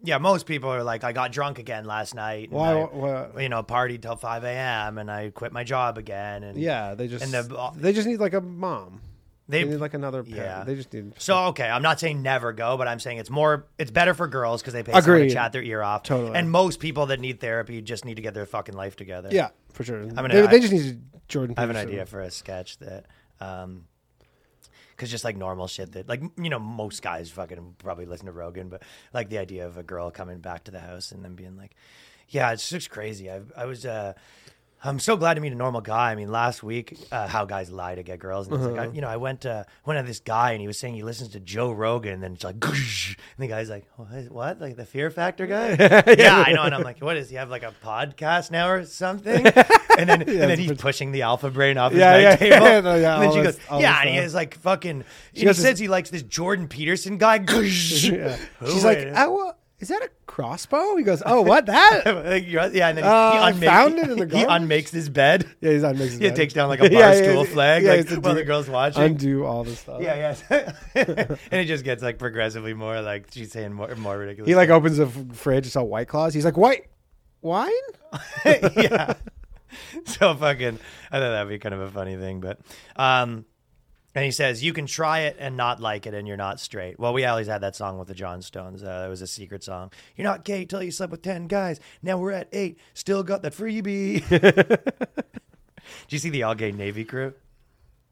Speaker 3: Yeah, most people are like, I got drunk again last night. and
Speaker 4: Why-
Speaker 3: I,
Speaker 4: why-
Speaker 3: You know, partied till five a.m. and I quit my job again. And
Speaker 4: Yeah, they just
Speaker 3: Mm. And the- uh,
Speaker 4: they just need like a mom. They, need like another. Parent.
Speaker 3: yeah.
Speaker 4: they just need.
Speaker 3: So okay, I'm not saying never go, but I'm saying it's more it's better for girls because they pay someone
Speaker 4: Agreed.
Speaker 3: to chat their ear off.
Speaker 4: Totally.
Speaker 3: And most people that need therapy just need to get their fucking life together.
Speaker 4: yeah, for sure. I
Speaker 3: an-
Speaker 4: mean, they,
Speaker 3: I-
Speaker 4: they just need Jordan.
Speaker 3: I have an
Speaker 4: Peterson.
Speaker 3: idea for a sketch that, um, because just like normal shit that like you know most guys fucking probably listen to Rogan, but like the idea of a girl coming back to the house and then being like, yeah, it's just crazy. I I was uh. I'm so glad to meet a normal guy. I mean, last week, uh, how guys lie to get girls, and it's
Speaker 4: Uh-huh.
Speaker 3: like, I, you know, I went to went to this guy, and he was saying he listens to Joe Rogan, and then it's like, and the guy's like, what, what? like the Fear Factor guy? yeah, I know. And I'm like, what is he have like a podcast now or something? And then and then he's pushing the alpha brain off his
Speaker 4: Yeah,
Speaker 3: night
Speaker 4: yeah,
Speaker 3: table.
Speaker 4: yeah, no, yeah,
Speaker 3: and then
Speaker 4: all
Speaker 3: she
Speaker 4: this-
Speaker 3: goes,
Speaker 4: all
Speaker 3: yeah,
Speaker 4: this
Speaker 3: and he
Speaker 4: stuff.
Speaker 3: has like fucking. and he
Speaker 4: goes to-
Speaker 3: says he likes this Jordan Peterson guy. yeah.
Speaker 4: She's like, oh, well, is that a crossbow? He goes, oh, what that?
Speaker 3: Like, you're right. yeah, and then
Speaker 4: Uh,
Speaker 3: he,
Speaker 4: I
Speaker 3: unmakes,
Speaker 4: found it in the
Speaker 3: he
Speaker 4: garbage.
Speaker 3: unmakes his bed.
Speaker 4: yeah, he's on mixing.
Speaker 3: Yeah,
Speaker 4: that.
Speaker 3: takes down like a
Speaker 4: Yeah,
Speaker 3: bar
Speaker 4: yeah,
Speaker 3: stool
Speaker 4: yeah,
Speaker 3: flag
Speaker 4: yeah,
Speaker 3: like,
Speaker 4: it's a
Speaker 3: while the
Speaker 4: dude.
Speaker 3: girl's watching.
Speaker 4: Undo all the stuff.
Speaker 3: Yeah, yeah. and it just gets like progressively more like she's saying more more ridiculous.
Speaker 4: He like opens the f- fridge, it's all white claws. He's like, white wine?
Speaker 3: yeah. So fucking, I thought that'd be kind of a funny thing, but, um, and he says you can try it and not like it, and you're not straight. Well, we always had that song with the Johnstones. Uh, it was a secret song. You're not gay till you slept with ten guys. Now we're at eight. Still got that freebie. Do you see the all gay Navy crew?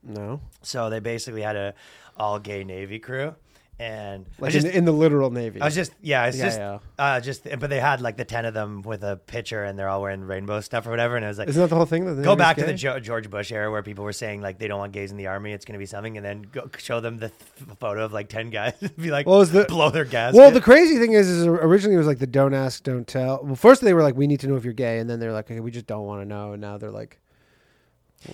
Speaker 4: No,
Speaker 3: So they basically had a all gay Navy crew, and I
Speaker 4: like
Speaker 3: just-
Speaker 4: in, the, in the literal navy.
Speaker 3: I was just yeah, it's
Speaker 4: Yeah,
Speaker 3: just
Speaker 4: yeah.
Speaker 3: uh just but they had like the ten of them with a picture and they're all wearing rainbow stuff or whatever and it was like
Speaker 4: Isn't that the whole thing? That the
Speaker 3: Go
Speaker 4: navy's
Speaker 3: back to
Speaker 4: gay?
Speaker 3: the jo- George Bush era where people were saying like they don't want gays in the army, it's going to be something, and then go- show them the th- photo of like ten guys, and be like,
Speaker 4: Well, it was the-
Speaker 3: blow their gas.
Speaker 4: Well, the crazy thing is, is originally it was like the don't ask, don't tell. Well, first they were like, we need to know if you're gay, and then they're like, okay, we just don't want to know. And now they're like,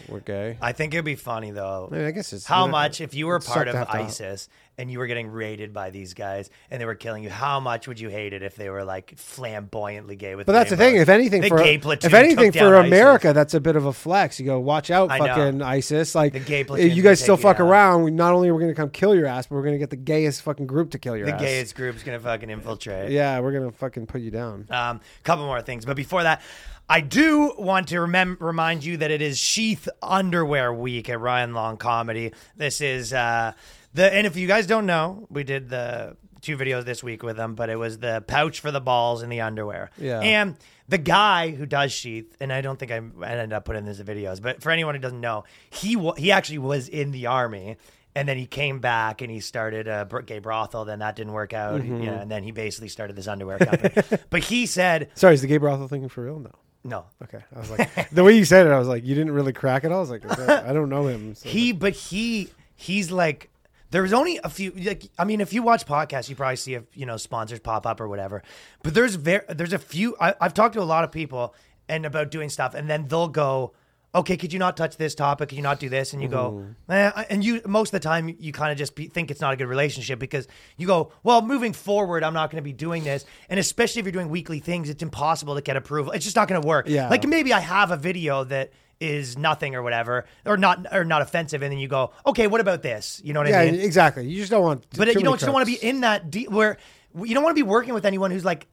Speaker 4: we're gay.
Speaker 3: I think it'd be funny though.
Speaker 4: I mean, I guess it's
Speaker 3: how
Speaker 4: you know,
Speaker 3: much if you were
Speaker 4: it'd suck
Speaker 3: part
Speaker 4: to
Speaker 3: of
Speaker 4: have to-
Speaker 3: ISIS and you were getting raided by these guys and they were killing you? How much would you hate it if they were like flamboyantly gay with?
Speaker 4: But that's the
Speaker 3: rainbows?
Speaker 4: thing. If anything,
Speaker 3: the
Speaker 4: for
Speaker 3: gay platoon
Speaker 4: if anything
Speaker 3: took down
Speaker 4: for
Speaker 3: ISIS.
Speaker 4: America, that's a bit of a flex. You go, watch out,
Speaker 3: I know.
Speaker 4: fucking ISIS! Like
Speaker 3: The gay platoon
Speaker 4: you
Speaker 3: can
Speaker 4: guys still
Speaker 3: take you
Speaker 4: fuck
Speaker 3: down.
Speaker 4: around. We, not only are we going to come kill your ass, but we're going to get the gayest fucking group to kill your
Speaker 3: the
Speaker 4: ass.
Speaker 3: gayest group's gonna fucking infiltrate.
Speaker 4: Yeah, we're going to fucking put you down.
Speaker 3: Um, couple more things, but before that, I do want to remem- remind you that it is Sheath Underwear Week at Ryan Long Comedy. This is uh, The and if you guys don't know, we did the two videos this week with them, but it was the pouch for the balls and the underwear.
Speaker 4: Yeah.
Speaker 3: And the guy who does sheath, and I don't think I, I ended up putting this in the videos, but for anyone who doesn't know, he wa- he actually was in the army. And then he came back and he started a br- gay brothel. Then that didn't work out, you know, and then he basically started this underwear company. but he said,
Speaker 4: Sorry, is the gay brothel thing for real? No.
Speaker 3: "No,
Speaker 4: Okay. I was like, the way you said it, I was like, you didn't really crack it. I was like, is that- I don't know him. So.
Speaker 3: He, but he, he's like, there's only a few. Like, I mean, if you watch podcasts, you probably see if you know sponsors pop up or whatever. But there's very, there's a few. I, I've talked to a lot of people and about doing stuff, and then they'll go, "Okay, could you not touch this topic? Could you not do this?" And you go, eh, I- and you most of the time you kind of just be, think it's not a good relationship because you go, "Well, moving forward, I'm not going to be doing this," and especially if you're doing weekly things, it's impossible to get approval. It's just not going to work.
Speaker 4: Yeah.
Speaker 3: like maybe I have a video that is nothing or whatever, or not or not offensive, and then you go, okay, what about this? You know what
Speaker 4: yeah,
Speaker 3: I mean?
Speaker 4: exactly. You just don't want.
Speaker 3: but uh,
Speaker 4: too
Speaker 3: you don't
Speaker 4: many
Speaker 3: just want to
Speaker 4: crooks.
Speaker 3: be in that de- where you don't want to be working with anyone who's like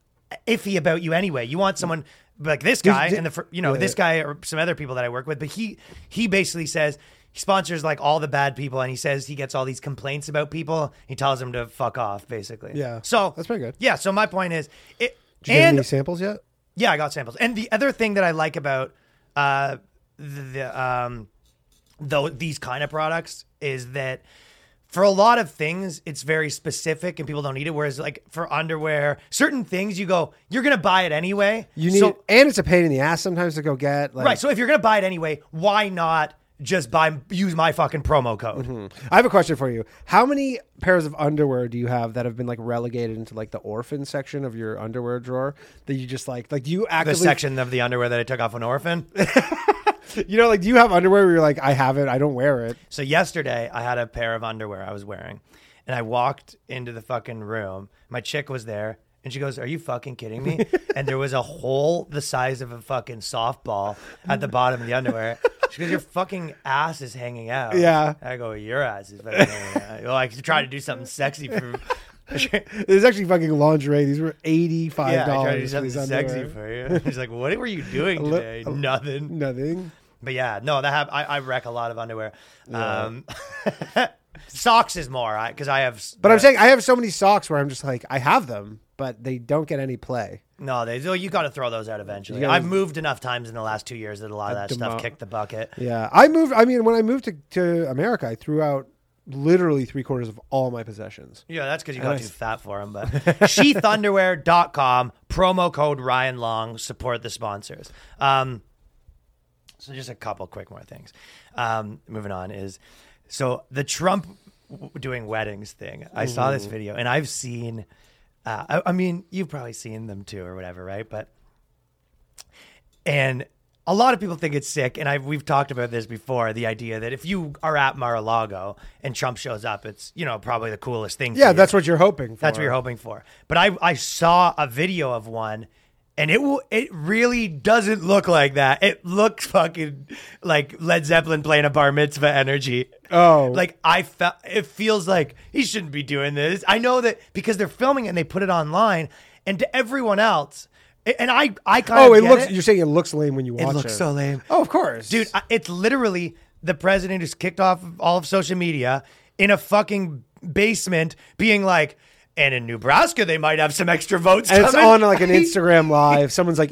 Speaker 3: iffy about you anyway. You want someone like this guy
Speaker 4: di-
Speaker 3: and the fr- you know this guy or some other people that I work with. But he he basically says. He sponsors like all the bad people, and he says he gets all these complaints about people. He tells them to fuck off, basically.
Speaker 4: Yeah.
Speaker 3: So
Speaker 4: That's pretty good.
Speaker 3: Yeah. So my point is, it
Speaker 4: Did you get
Speaker 3: and
Speaker 4: any samples yet?
Speaker 3: yeah, I got samples. And the other thing that I like about uh, the, the um, though these kind of products is that for a lot of things it's very specific and people don't need it. Whereas like for underwear, certain things you go, you're gonna buy it anyway.
Speaker 4: You need,
Speaker 3: So-
Speaker 4: and it's a pain in the ass sometimes to go get. Like,
Speaker 3: right. So if you're gonna buy it anyway, why not just buy use my fucking promo code?
Speaker 4: I have a question for you. How many pairs of underwear do you have that have been like relegated into like the orphan section of your underwear drawer that you just like like do you
Speaker 3: The
Speaker 4: actively
Speaker 3: section of the underwear that I took off an orphan.
Speaker 4: you know like do you have underwear where you're like I have it I don't wear it
Speaker 3: So yesterday, I had a pair of underwear I was wearing, and I walked into the fucking room. My chick was there, and she goes, "Are you fucking kidding me?" and there was a hole the size of a fucking softball at the bottom of the underwear. She goes, "Your fucking ass is hanging out."
Speaker 4: Yeah.
Speaker 3: I go, "Your ass is fucking hanging out." Well, I tried to do something sexy for.
Speaker 4: There's actually fucking lingerie. These were eighty
Speaker 3: Yeah, I
Speaker 4: five
Speaker 3: tried to do
Speaker 4: dollars for
Speaker 3: something
Speaker 4: these
Speaker 3: sexy
Speaker 4: underwear.
Speaker 3: for you. She's like, "What were you doing
Speaker 4: li-
Speaker 3: today?" Nothing.
Speaker 4: Nothing.
Speaker 3: But yeah, no, that have, I, I wreck a lot of underwear. Um, socks is more because I, have. s-
Speaker 4: But I'm
Speaker 3: the-
Speaker 4: saying I have so many socks where I'm just like I have them, but they don't get any play.
Speaker 3: no, they, oh, you got to throw those out eventually.
Speaker 4: gotta-
Speaker 3: I've moved enough times in the last two years that a lot of that
Speaker 4: demo-
Speaker 3: stuff kicked the bucket.
Speaker 4: Yeah, I moved. I mean, when I moved to, to America, I threw out literally three quarters of all my possessions.
Speaker 3: Yeah, that's because you got too fat for them. But sheathunderwear.com, promo code Ryan Long, support the sponsors. Um, so just a couple quick more things. Um, moving on is so the Trump w- doing weddings thing. I saw
Speaker 4: Mm-hmm.
Speaker 3: this video and I've seen, uh, I, I mean, you've probably seen them too or whatever, right? But and a lot of people think it's sick and I we've talked about this before the idea that if you are at Mar-a-Lago and Trump shows up it's you know probably the coolest thing for
Speaker 4: Yeah,
Speaker 3: you.
Speaker 4: that's what you're hoping. for.
Speaker 3: That's what you're hoping for. But I I saw a video of one and it will it really doesn't look like that. It looks fucking like Led Zeppelin playing a bar mitzvah energy.
Speaker 4: Oh.
Speaker 3: Like I felt it feels like he shouldn't be doing this. I know that because they're filming it and they put it online and to everyone else and I I kind of
Speaker 4: Oh, it
Speaker 3: get
Speaker 4: looks. You're saying it looks lame when you
Speaker 3: it
Speaker 4: watch it.
Speaker 3: looks so lame.
Speaker 4: Oh, of course,
Speaker 3: Dude, I- it's literally the president who's kicked off of all of social media in a fucking basement being like, and in Nebraska, they might have some extra votes.
Speaker 4: and it's
Speaker 3: coming."
Speaker 4: on like an
Speaker 3: He-
Speaker 4: Instagram live. Someone's like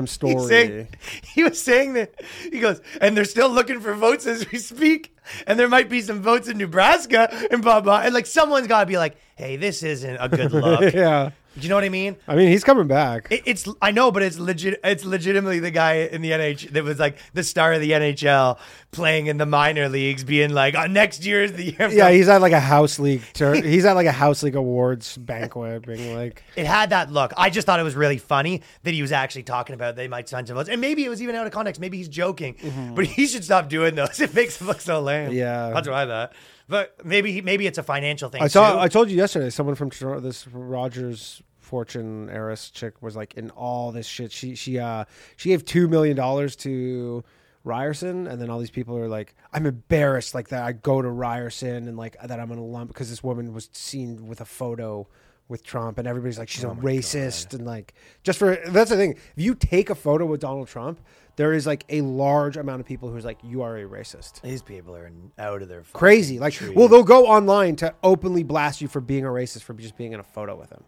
Speaker 3: he's
Speaker 4: story.
Speaker 3: saying- he was saying that he goes, and they're still looking for votes as we speak, and there might be some votes in Nebraska and blah blah. And like someone's got to be like, hey, this isn't a good look.
Speaker 4: yeah,
Speaker 3: Do you know what I mean?
Speaker 4: I mean he's coming back.
Speaker 3: It, it's I know, but it's legit. It's legitimately the guy in the NH that was like the star of the NHL playing in the minor leagues, being like, oh, "Next year is the year."
Speaker 4: yeah, he's at like a house league. Tur- he's at like a house league awards banquet, being like,
Speaker 3: it had that look. I just thought it was really funny that he was actually talking about they might sign some votes, and maybe it was even out of context. Maybe he's joking, but he should stop doing those. It makes him look so lame.
Speaker 4: Mm-hmm. Yeah.
Speaker 3: that's what I thought. But maybe he, maybe it's a financial thing.
Speaker 4: I saw.
Speaker 3: too.
Speaker 4: I told you yesterday. Someone from Toronto, this Rogers fortune heiress chick, was like in all this shit. She she uh she gave two million dollars to Ryerson, and then all these people are like, I'm embarrassed, like that I go to Ryerson and like that I'm an alum because this woman was seen with a photo with Trump, and everybody's like, she's a racist, and like, just for that's the thing. If you take a photo with Donald Trump, there is like a large amount of people who's like, you are a racist.
Speaker 3: These people are n- out of their fucking
Speaker 4: Crazy. Like,
Speaker 3: tree.
Speaker 4: well, they'll go online to openly blast you for being a racist for just being in a photo with him.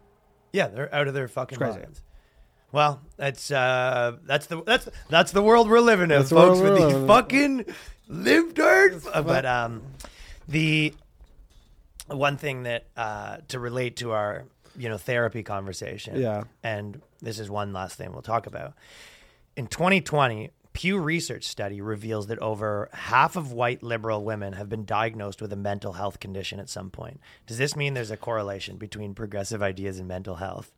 Speaker 3: yeah, they're out of their fucking
Speaker 4: crazy.
Speaker 3: minds. Well, that's uh, that's the that's that's the world we're living in,
Speaker 4: That's the
Speaker 3: folks,
Speaker 4: world
Speaker 3: with
Speaker 4: we're
Speaker 3: the
Speaker 4: living in.
Speaker 3: fucking live dirt. But um, the one thing that uh, to relate to our you know therapy conversation,
Speaker 4: Yeah.
Speaker 3: and this is one last thing we'll talk about. In 2020, Pew Research study reveals that over half of white liberal women have been diagnosed with a mental health condition at some point. Does this mean there's a correlation between progressive ideas and mental health?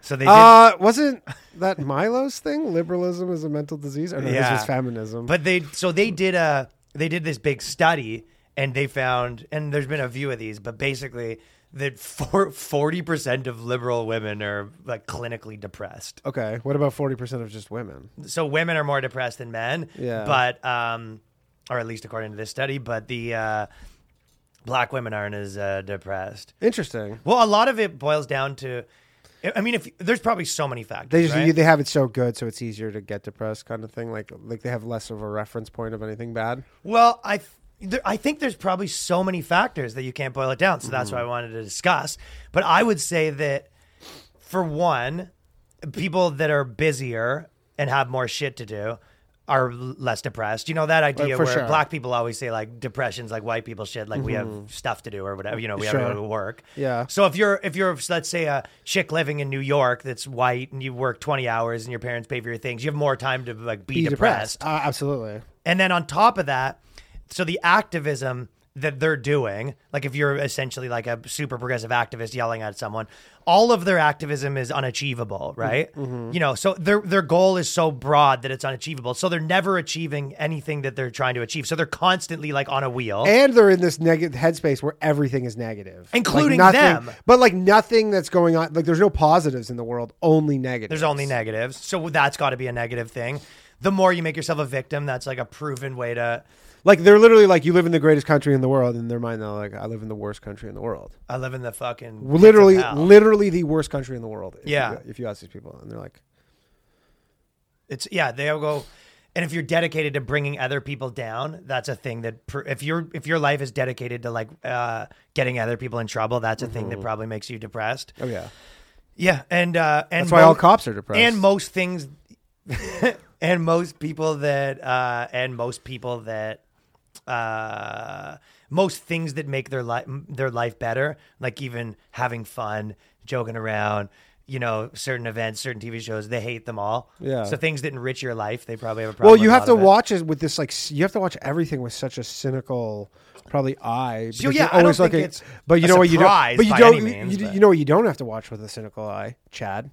Speaker 3: So they did,
Speaker 4: Uh, wasn't that Milo's thing? Liberalism is a mental disease. Or no, this
Speaker 3: Yeah.
Speaker 4: was feminism.
Speaker 3: But they so they did a they did this big study and they found and there's been a few of these, but basically that forty percent of liberal women are like clinically depressed.
Speaker 4: okay, what about forty percent of just women?
Speaker 3: So women are more depressed than men.
Speaker 4: Yeah.
Speaker 3: But um, or at least according to this study, but the uh, black women aren't as uh, depressed.
Speaker 4: Interesting.
Speaker 3: Well, a lot of it boils down to. I mean, if there's probably so many factors.
Speaker 4: They just
Speaker 3: right?
Speaker 4: they have it so good, so it's easier to get depressed, kind of thing. Like like they have less of a reference point of anything bad.
Speaker 3: Well, I th- there, I think there's probably so many factors that you can't boil it down. So
Speaker 4: Mm-hmm.
Speaker 3: that's why I wanted to discuss. But I would say that for one, people that are busier and have more shit to do are l- less depressed. You know that idea
Speaker 4: for
Speaker 3: where
Speaker 4: sure. Mm-hmm.
Speaker 3: black people always say like depression's like white people shit, like we have stuff to do or whatever. You know, we have to
Speaker 4: Sure.
Speaker 3: go to work.
Speaker 4: Yeah.
Speaker 3: So if you're if you're let's say a chick living in New York that's white and you work 20 hours and your parents pay for your things, you have more time to like be,
Speaker 4: Be
Speaker 3: depressed. Oh.
Speaker 4: depressed. Uh, absolutely.
Speaker 3: And then on top of that, so the activism that they're doing, like if you're essentially like a super progressive activist yelling at someone, all of their activism is
Speaker 4: Mm-hmm.
Speaker 3: unachievable, right? You know, so their their goal is so broad that it's unachievable. So they're never achieving anything that they're trying to achieve. So they're constantly like on a wheel.
Speaker 4: And they're in this negative headspace where everything is negative, Like,
Speaker 3: Including
Speaker 4: nothing-
Speaker 3: them.
Speaker 4: But like nothing that's going on. Like there's no positives in the world, only negative.
Speaker 3: There's only negatives. So that's got to be a negative thing. The more you make yourself a victim, that's like a proven way to
Speaker 4: like they're literally like you live in the greatest country in the world. In their mind, they're like I live in the worst country in the world.
Speaker 3: I live in the fucking pits of
Speaker 4: literally,
Speaker 3: hell.
Speaker 4: literally the worst country in the world. If
Speaker 3: Yeah.
Speaker 4: you, if you ask these people, and they're like,
Speaker 3: It's yeah, they'll go. And if you're dedicated to bringing other people down, that's a thing that pr- if your if your life is dedicated to like uh, getting other people in trouble, that's a thing that probably makes you depressed.
Speaker 4: oh yeah,
Speaker 3: Yeah, and uh, and
Speaker 4: that's why
Speaker 3: mo-
Speaker 4: all cops are depressed.
Speaker 3: and most things and most people that uh, and most people that uh, most things that make their life their life better, like even having fun, joking around, you know, certain events, certain TV shows, they hate them all.
Speaker 4: Yeah.
Speaker 3: So things that enrich your life, they probably have a problem.
Speaker 4: well, you
Speaker 3: with a
Speaker 4: have
Speaker 3: lot
Speaker 4: to
Speaker 3: of it.
Speaker 4: watch it with this like s- you have to watch everything with such a cynical probably eye.
Speaker 3: So,
Speaker 4: because
Speaker 3: yeah,
Speaker 4: you're
Speaker 3: I don't think
Speaker 4: looking-
Speaker 3: it's
Speaker 4: but you
Speaker 3: a
Speaker 4: know what you
Speaker 3: surprise
Speaker 4: don't. But you
Speaker 3: by
Speaker 4: don't.
Speaker 3: any
Speaker 4: you-
Speaker 3: means,
Speaker 4: you,
Speaker 3: but-
Speaker 4: you know what you don't have to watch with a cynical eye, Chad.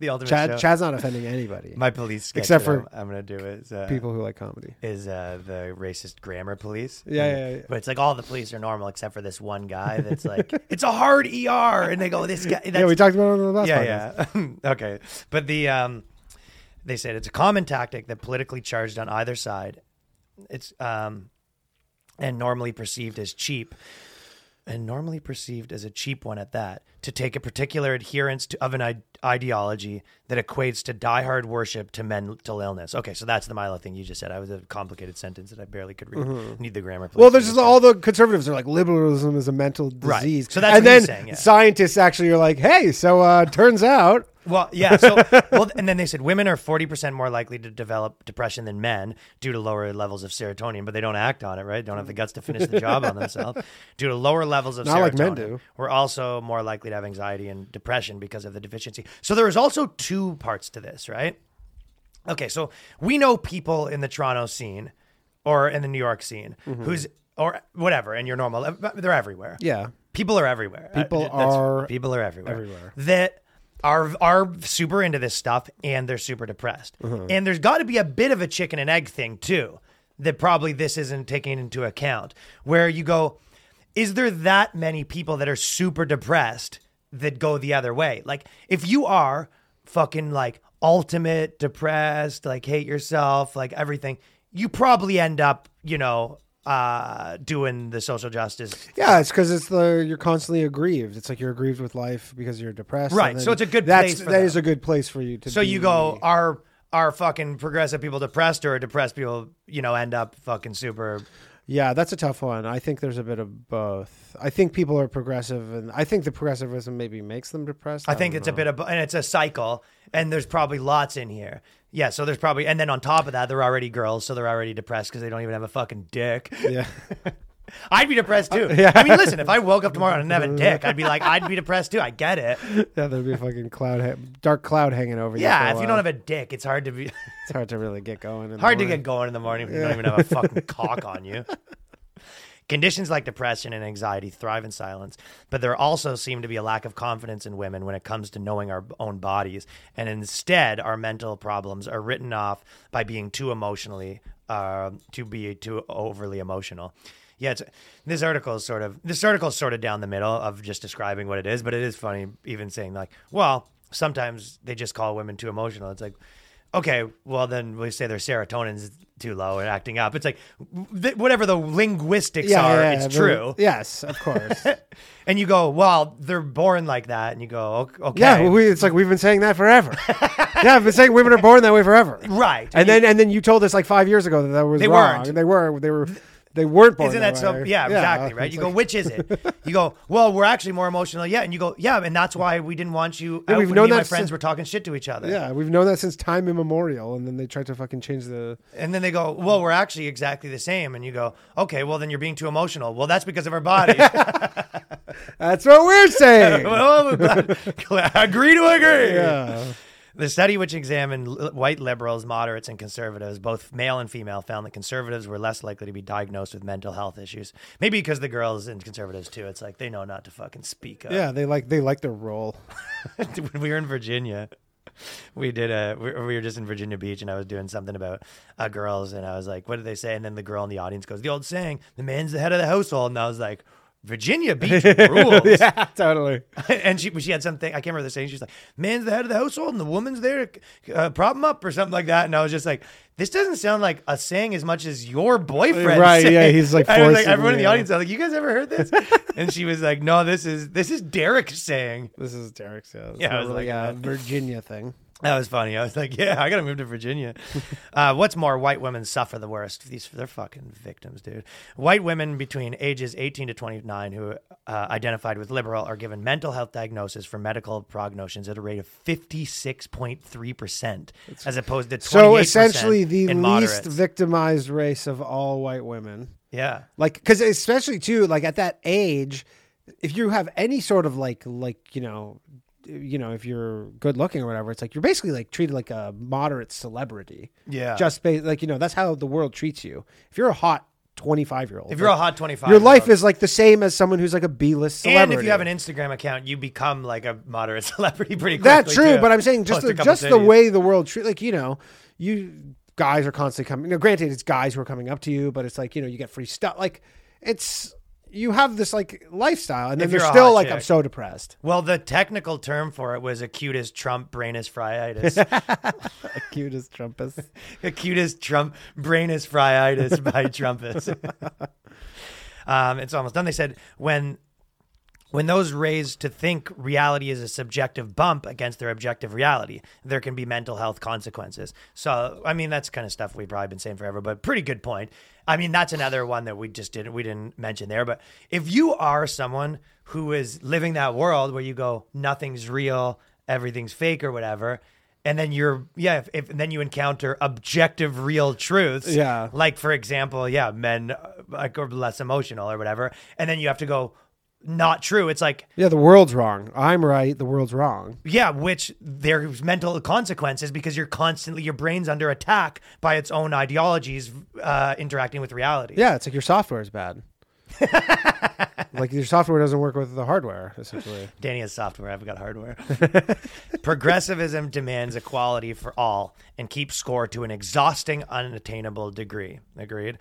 Speaker 3: the ultimate
Speaker 4: Chad.
Speaker 3: show.
Speaker 4: Chad's not offending anybody.
Speaker 3: My police, sketch
Speaker 4: Except
Speaker 3: that I'm-
Speaker 4: for
Speaker 3: I'm, gonna do it. Is, uh,
Speaker 4: people who like comedy.
Speaker 3: is uh, the racist grammar police.
Speaker 4: Yeah, yeah, yeah.
Speaker 3: But it's like all the police are normal except for this one guy that's like, it's a hard ER, and they go, this guy. That's,
Speaker 4: yeah, we talked about it on the last. podcast.
Speaker 3: yeah, yeah. okay, but the um, they said it's a common tactic that politically charged on either side. It's um, and normally perceived as cheap, and normally perceived as a cheap one at that, to take a particular adherence to, of an I- ideology that equates to diehard worship to mental illness. Okay, so that's the Milo thing you just said. I was a complicated sentence that I barely could read. Need the grammar.
Speaker 4: Mm-hmm. Well,
Speaker 3: police to
Speaker 4: there's just
Speaker 3: understand.
Speaker 4: all the conservatives are like liberalism is a mental
Speaker 3: Right.
Speaker 4: disease.
Speaker 3: So that's
Speaker 4: and
Speaker 3: what
Speaker 4: then
Speaker 3: he's saying, yeah.
Speaker 4: scientists actually are like, hey, so uh, turns out
Speaker 3: Well, yeah. So, well, and then they said women are forty percent more likely to develop depression than men due to lower levels of serotonin, but they don't act on it, right? Don't have the guts to finish the job on themselves due to lower levels of
Speaker 4: Not
Speaker 3: serotonin.
Speaker 4: like men do.
Speaker 3: We're also more likely to have anxiety and depression because of the deficiency. So there is also two parts to this, right? Okay, so we know people in the Toronto scene or in the New York scene
Speaker 4: Mm-hmm.
Speaker 3: who's or whatever, and you're normal. They're everywhere.
Speaker 4: Yeah.
Speaker 3: people are everywhere. Uh,
Speaker 4: People
Speaker 3: that's-
Speaker 4: are
Speaker 3: people are everywhere. Everywhere that are are super into this stuff and they're super depressed.
Speaker 4: Mm-hmm.
Speaker 3: And there's got to be a bit of a chicken and egg thing too that probably this isn't taken into account. Where you go, is there that many people that are super depressed that go the other way? Like if you are fucking like ultimate depressed, like hate yourself, like everything, you probably end up, you know, uh, doing the social justice.
Speaker 4: Yeah, it's because it's the you're constantly aggrieved. It's like you're aggrieved with life because you're depressed. and
Speaker 3: Right,
Speaker 4: then
Speaker 3: so it's a good
Speaker 4: that's,
Speaker 3: place for
Speaker 4: that
Speaker 3: that.
Speaker 4: is a good place for you to.
Speaker 3: So you
Speaker 4: be-
Speaker 3: go, are are fucking progressive people depressed, or are depressed people, you know, end up fucking super?
Speaker 4: Yeah, that's a tough one. I think there's a bit of both. I think people are progressive, and I think the progressivism maybe makes them depressed.
Speaker 3: I think it's a bit of, and it's a cycle, and there's probably lots in here. Yeah, so there's probably, and then on top of that, they're already girls, so they're already depressed because they don't even have a fucking dick.
Speaker 4: yeah.
Speaker 3: I'd be depressed too. I mean, listen, if I woke up tomorrow and I didn't have a dick, I'd be like, I'd be depressed too. I get it.
Speaker 4: yeah, there'd be a fucking cloud, ha- dark cloud hanging over you.
Speaker 3: Yeah, if you don't have a dick, it's hard to be
Speaker 4: it's hard to really get going. in the
Speaker 3: hard to get
Speaker 4: morning.
Speaker 3: going in the morning if you don't even have a fucking cock on you. Conditions like depression and anxiety thrive in silence, but there also seem to be a lack of confidence in women when it comes to knowing our own bodies, and instead, our mental problems are written off by being too emotionally, uh, to be too overly emotional. Yeah, it's, this article is sort of this article is sort of down the middle of just describing what it is, but it is funny even saying like, well, sometimes they just call women too emotional. It's like, okay, well then we say their serotonin's too low and acting up. It's like w- th- whatever the linguistics
Speaker 4: Yeah,
Speaker 3: are,
Speaker 4: yeah,
Speaker 3: it's
Speaker 4: very-
Speaker 3: true.
Speaker 4: Yes, of course.
Speaker 3: And you go, well, they're born like that, and you go, "O- okay,
Speaker 4: Yeah, well, we, it's like we've been saying that forever. yeah, I've been saying women are born that way forever.
Speaker 3: Right.
Speaker 4: And then and then you told us like five years ago that that was
Speaker 3: They
Speaker 4: wrong.
Speaker 3: weren't.
Speaker 4: They were. They were. They weren't born.
Speaker 3: Isn't that so?
Speaker 4: way.
Speaker 3: Yeah, exactly. Right.
Speaker 4: it's
Speaker 3: You
Speaker 4: like-
Speaker 3: go, which is it? You go, well, we're actually more emotional. Yeah. And you go, yeah. And that's why we didn't want you.
Speaker 4: Yeah,
Speaker 3: out
Speaker 4: we've
Speaker 3: when
Speaker 4: known
Speaker 3: me and my
Speaker 4: that
Speaker 3: friends
Speaker 4: since-
Speaker 3: were talking shit to each other.
Speaker 4: Yeah, we've known that since time immemorial, and then they tried to fucking change the.
Speaker 3: And then they go, well, we're actually exactly the same. And you go, okay, well, then you're being too emotional. Well, that's because of our bodies.
Speaker 4: That's what we're saying.
Speaker 3: well, agree to agree.
Speaker 4: yeah,
Speaker 3: The study, which examined l- white liberals, moderates, and conservatives, both male and female, found that conservatives were less likely to be diagnosed with mental health issues. Maybe because the girls and conservatives too, it's like they know not to fucking speak up.
Speaker 4: yeah. They like they like their role.
Speaker 3: when we were in Virginia, we did a we, we were just in Virginia Beach, and I was doing something about uh, girls, and I was like, "What did they say?" And then the girl in the audience goes, "The old saying, the man's the head of the household," and I was like. Virginia Beach rules.
Speaker 4: yeah, totally.
Speaker 3: and she she had something I can't remember the saying. She's like, "Man's the head of the household, and the woman's there to uh, prop him up or something like that." And I was just like, "This doesn't sound like a saying as much as your boyfriend."
Speaker 4: Right,
Speaker 3: saying.
Speaker 4: yeah, he's, like,
Speaker 3: I was like
Speaker 4: forcing
Speaker 3: everyone in the
Speaker 4: you.
Speaker 3: audience. I was like, "You guys ever heard this?" and she was like, "No, this is this is Derek saying."
Speaker 4: This is Derek's. Yeah, it's
Speaker 3: Yeah, I
Speaker 4: not
Speaker 3: was
Speaker 4: really
Speaker 3: like,
Speaker 4: a
Speaker 3: uh,
Speaker 4: Virginia thing.
Speaker 3: That was funny. I was like, "Yeah, I gotta move to Virginia." uh, what's more, white women suffer the worst. These they're fucking victims, dude. White women between ages 18 to 29 who uh, identified with liberal are given mental health diagnosis for medical prognosis at a rate of 56.3 percent, as opposed to 28
Speaker 4: So essentially, the least
Speaker 3: in moderates.
Speaker 4: victimized race of all white women.
Speaker 3: yeah.
Speaker 4: like because especially too like at that age if you have any sort of like like you know you know if you're good looking or whatever it's like you're basically like treated like a moderate celebrity
Speaker 3: Yeah.
Speaker 4: just ba- like you know that's how the world treats you if you're a hot 25 year old
Speaker 3: If you're a hot 25,
Speaker 4: your life is like the same as someone who's like a b-list
Speaker 3: And
Speaker 4: celebrity
Speaker 3: if you have an Instagram account, you become like a moderate celebrity pretty quickly.
Speaker 4: that's true
Speaker 3: too.
Speaker 4: but i'm saying just
Speaker 3: Post a
Speaker 4: the,
Speaker 3: couple
Speaker 4: just the
Speaker 3: titties.
Speaker 4: way the world treat like you know you guys are constantly coming now granted it's guys who are coming up to you but it's like you know you get free stuff like it's you have this like lifestyle and then
Speaker 3: If
Speaker 4: you're
Speaker 3: you're a
Speaker 4: still
Speaker 3: hot
Speaker 4: like
Speaker 3: chick.
Speaker 4: i'm so depressed
Speaker 3: Well, the technical term for it was acutest Trump brainus fryitis.
Speaker 4: cutest trumpus
Speaker 3: acutest Trump brainus fryitis by Trumpus. um, it's almost done. They said when when those raised to think reality is a subjective bump against their objective reality, there can be mental health consequences. So, I mean, that's kind of stuff we've probably been saying forever, but pretty good point. I mean, that's another one that we just didn't we didn't mention there. But if you are someone who is living that world where you go, nothing's real, everything's fake or whatever, and then you're yeah, if, if and then you encounter objective real truths,
Speaker 4: Yeah.
Speaker 3: like for example, yeah, men uh, like are less emotional or whatever, and then you have to go. Not true. It's like
Speaker 4: yeah the world's wrong i'm right the world's wrong
Speaker 3: yeah, which there's mental consequences because you're constantly your brain's under attack by its own ideologies uh, interacting with reality.
Speaker 4: yeah it's like your software is bad like your software doesn't work with the hardware essentially
Speaker 3: Danny has software. I've got hardware. Progressivism demands equality for all and keeps score to an exhausting, unattainable degree. Agreed.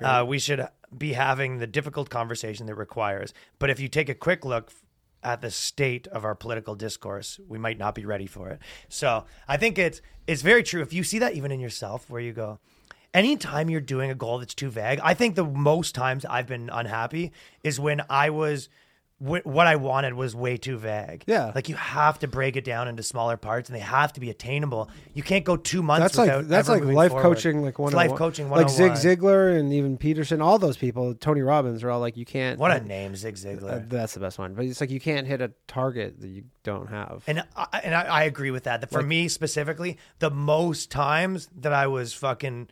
Speaker 3: Uh, we should be having the difficult conversation that requires. But if you take a quick look at the state of our political discourse, we might not be ready for it. So I think it's it's very true. If you see that even in yourself, where you go, anytime you're doing a goal that's too vague, I think the most times I've been unhappy is when I was. wh- What I wanted was way too vague.
Speaker 4: Yeah.
Speaker 3: like you have to break it down into smaller parts, and they have to be attainable. You can't go two months.
Speaker 4: That's like
Speaker 3: without
Speaker 4: that's
Speaker 3: ever
Speaker 4: like
Speaker 3: moving
Speaker 4: life
Speaker 3: forward.
Speaker 4: coaching, like
Speaker 3: It's
Speaker 4: one
Speaker 3: life coaching,
Speaker 4: like Zig
Speaker 3: 101.
Speaker 4: Ziglar and even Peterson, all those people, Tony Robbins, are all like you can't.
Speaker 3: What a name, Zig Ziglar.
Speaker 4: Uh, that's the best one, but it's like you can't hit a target that you don't have.
Speaker 3: And I, and I, I agree with that. That for me specifically, the most times that I was fucking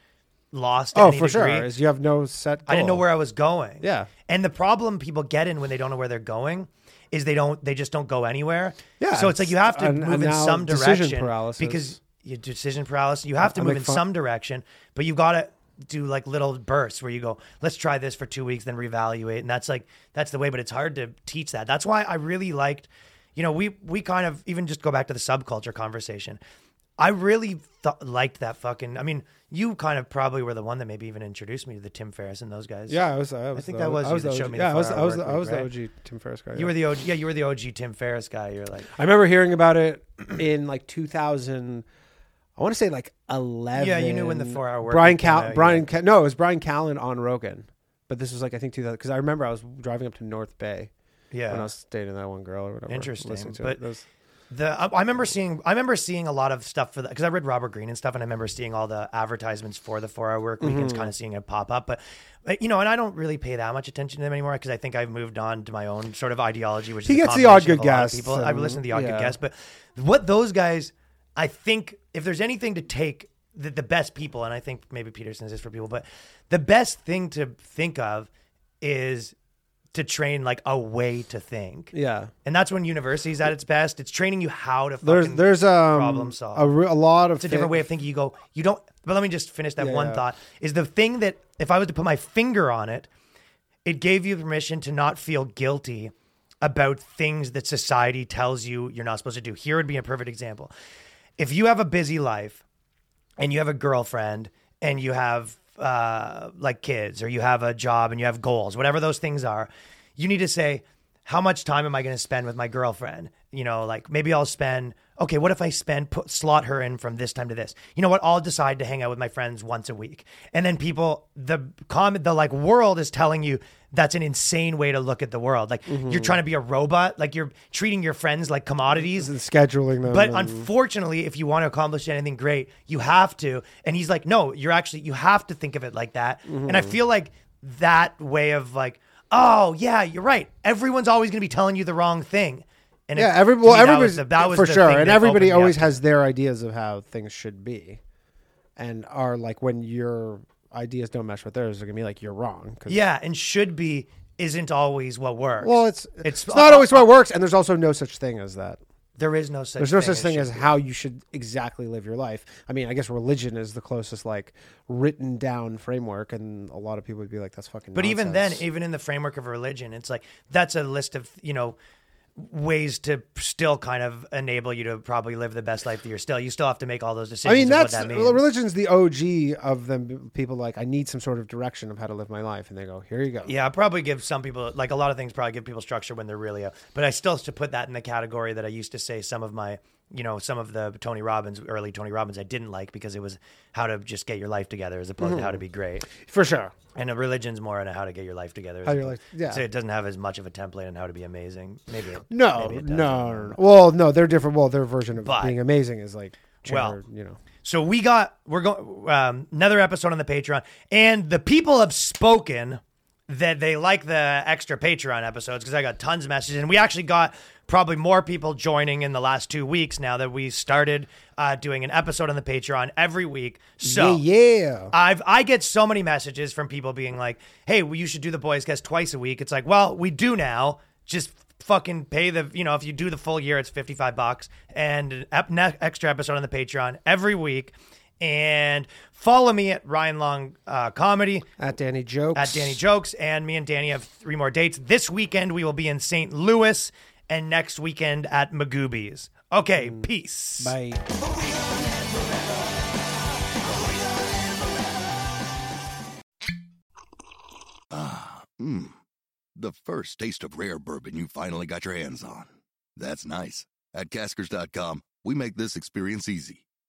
Speaker 3: lost. to
Speaker 4: oh,
Speaker 3: any
Speaker 4: for sure,
Speaker 3: degree,
Speaker 4: is you have no set.
Speaker 3: I didn't know
Speaker 4: goal.
Speaker 3: where I was going.
Speaker 4: Yeah.
Speaker 3: And the problem people get in when they don't know where they're going is they don't they just don't go anywhere.
Speaker 4: Yeah,
Speaker 3: So it's like you
Speaker 4: it's
Speaker 3: have to
Speaker 4: an-
Speaker 3: move
Speaker 4: and
Speaker 3: in
Speaker 4: now
Speaker 3: some
Speaker 4: decision
Speaker 3: direction
Speaker 4: paralysis.
Speaker 3: because your decision paralysis. You have to
Speaker 4: I
Speaker 3: move
Speaker 4: make
Speaker 3: in
Speaker 4: fun-
Speaker 3: some direction, but you got to do like little bursts where you go, let's try this for two weeks, then reevaluate, and that's like that's the way. But it's hard to teach that. That's why I really liked, you know, we we kind of even just go back to the subculture conversation. I really th- liked that fucking. I mean, you kind of probably were the one that maybe even introduced me to the Tim Ferriss and those guys.
Speaker 4: Yeah, I was. I, was
Speaker 3: think
Speaker 4: the-
Speaker 3: that was
Speaker 4: I
Speaker 3: you
Speaker 4: was
Speaker 3: that
Speaker 4: the
Speaker 3: showed
Speaker 4: OG.
Speaker 3: me the
Speaker 4: Yeah, I was.
Speaker 3: Four
Speaker 4: I was.
Speaker 3: Hour
Speaker 4: the- I
Speaker 3: Work
Speaker 4: was
Speaker 3: Week, right?
Speaker 4: the OG Tim Ferriss guy.
Speaker 3: You were the OG. Yeah, you were the OG Tim Ferriss guy. You're like,
Speaker 4: I remember hearing about it in like 2000. I want to say like 11.
Speaker 3: Yeah, you knew when the 4-hour work
Speaker 4: Brian
Speaker 3: week came
Speaker 4: Cal.
Speaker 3: out,
Speaker 4: Brian. Ca- no, it was Brian Callen on Rogan. But this was like I think 2000 because I remember I was driving up to North Bay
Speaker 3: yeah.
Speaker 4: when I was dating that one girl or whatever.
Speaker 3: Interesting,
Speaker 4: listening to
Speaker 3: but-
Speaker 4: it. That was-
Speaker 3: The I, I remember seeing I remember seeing a lot of stuff for that because I read Robert Greene and stuff, and I remember seeing all the advertisements for the four hour work weekends,
Speaker 4: Mm-hmm.
Speaker 3: kind of seeing it pop up. But but, you know, and I don't really pay that much attention to them anymore because I think I've moved on to my own sort of ideology, which
Speaker 4: He
Speaker 3: is a
Speaker 4: gets the odd
Speaker 3: combination of
Speaker 4: good
Speaker 3: a lot of
Speaker 4: guess,
Speaker 3: People, I
Speaker 4: and-
Speaker 3: listen to the odd
Speaker 4: yeah.
Speaker 3: good guess, but what those guys, I think, if there's anything to take the, the best people, and I think maybe Peterson's is for people, but the best thing to think of is to train like a way to think.
Speaker 4: yeah.
Speaker 3: And that's when university's at its best. It's training you how to
Speaker 4: There's
Speaker 3: fucking
Speaker 4: there's um,
Speaker 3: problem solve.
Speaker 4: a, re- a lot of
Speaker 3: it's a different way of thinking. You go, you don't. But let me just finish that
Speaker 4: Yeah,
Speaker 3: one
Speaker 4: yeah.
Speaker 3: thought. Is the thing that if I was to put my finger on it, it gave you permission to not feel guilty about things that society tells you you're not supposed to do. Here would be a perfect example. If you have a busy life and you have a girlfriend and you have uh, like kids or you have a job and you have goals, whatever those things are, you need to say, how much time am I going to spend with my girlfriend? You know, like maybe I'll spend, okay, what if I spend, put, slot her in from this time to this? You know what? I'll decide to hang out with my friends once a week. And then people, the comment, the like world is telling you that's an insane way to look at the world. Like you're trying to be a robot, like you're treating your friends like commodities.
Speaker 4: and scheduling them.
Speaker 3: But
Speaker 4: and-
Speaker 3: unfortunately, if you want to accomplish anything great, you have to. And he's like, no, you're actually, you have to think of it like that. And
Speaker 4: Mm-hmm.
Speaker 3: I feel like that way of like, oh, yeah, you're right. Everyone's always going to be teltelling you the wrong thing. And
Speaker 4: yeah,
Speaker 3: it-
Speaker 4: every,
Speaker 3: to
Speaker 4: well,
Speaker 3: me, that
Speaker 4: everybody's
Speaker 3: was the- that was
Speaker 4: for
Speaker 3: the
Speaker 4: sure,
Speaker 3: thing
Speaker 4: and
Speaker 3: that
Speaker 4: everybody
Speaker 3: opened me
Speaker 4: always
Speaker 3: up.
Speaker 4: has their ideas of how things should be, and are like when your ideas don't mesh with theirs, they're gonna be like you're wrong. 'cause-
Speaker 3: Yeah, and should be isn't always what works.
Speaker 4: Well, it's it's, not always what works, and there's also no such thing as that.
Speaker 3: There is no such
Speaker 4: There's no such
Speaker 3: as
Speaker 4: thing
Speaker 3: should
Speaker 4: as how you should exactly live your life. I mean, I guess religion is the closest like written down framework, and a lot of people would be like, "That's fucking."
Speaker 3: But even then,
Speaker 4: nonsense."
Speaker 3: even in the framework of religion, it's like that's a list of you know ways to still kind of enable you to probably live the best life that you're still. You still have to make all those
Speaker 4: I
Speaker 3: decisions.
Speaker 4: mean,
Speaker 3: of what
Speaker 4: that's
Speaker 3: that means.
Speaker 4: well, religion's the OG of them. People like, I need some sort of direction of how to live my life, and they go, "Here you go."
Speaker 3: Yeah, I probably give some people like a lot of things probably give people structure when they're really a, but I still have to put that in the category that I used to say some of my you know some of the Tony Robbins early Tony Robbins I didn't like because it was how to just get your life together as opposed to
Speaker 4: Mm-hmm.
Speaker 3: how to be great.
Speaker 4: for sure.
Speaker 3: And a religion's more on how to get your life together. as
Speaker 4: How your
Speaker 3: opposed-
Speaker 4: life- yeah.
Speaker 3: So it doesn't have as much of a template on how to be amazing. Maybe. it-
Speaker 4: No,
Speaker 3: maybe it
Speaker 4: no,
Speaker 3: does.
Speaker 4: no, no. Well, no, they're different. Well, their version of
Speaker 3: But-
Speaker 4: being amazing is like,
Speaker 3: Well,
Speaker 4: well, you know,
Speaker 3: So we got we're going um, another episode on the Patreon, and the people have spoken that they like the extra Patreon episodes because I got tons of messages, and we actually got probably more people joining in the last two weeks now that we started uh, doing an episode on the Patreon every week. So
Speaker 4: yeah, yeah.
Speaker 3: I've I get so many messages from people being like, "Hey, well, you should do the boys cast twice a week." It's like, well, we do now. Just fucking pay the you know if you do the full year, it's fifty five bucks and an ep- ne- extra episode on the Patreon every week. And follow me at Ryan Long uh, Comedy
Speaker 4: At Danny jokes.
Speaker 3: at Danny Jokes, and me and Danny have three more dates. This weekend we will be in St. Louis, and next weekend at Magoobies. Okay, peace.
Speaker 4: Bye.
Speaker 5: Mmm. The first taste of rare bourbon you finally got your hands on. That's nice. At caskers.com, we make this experience easy.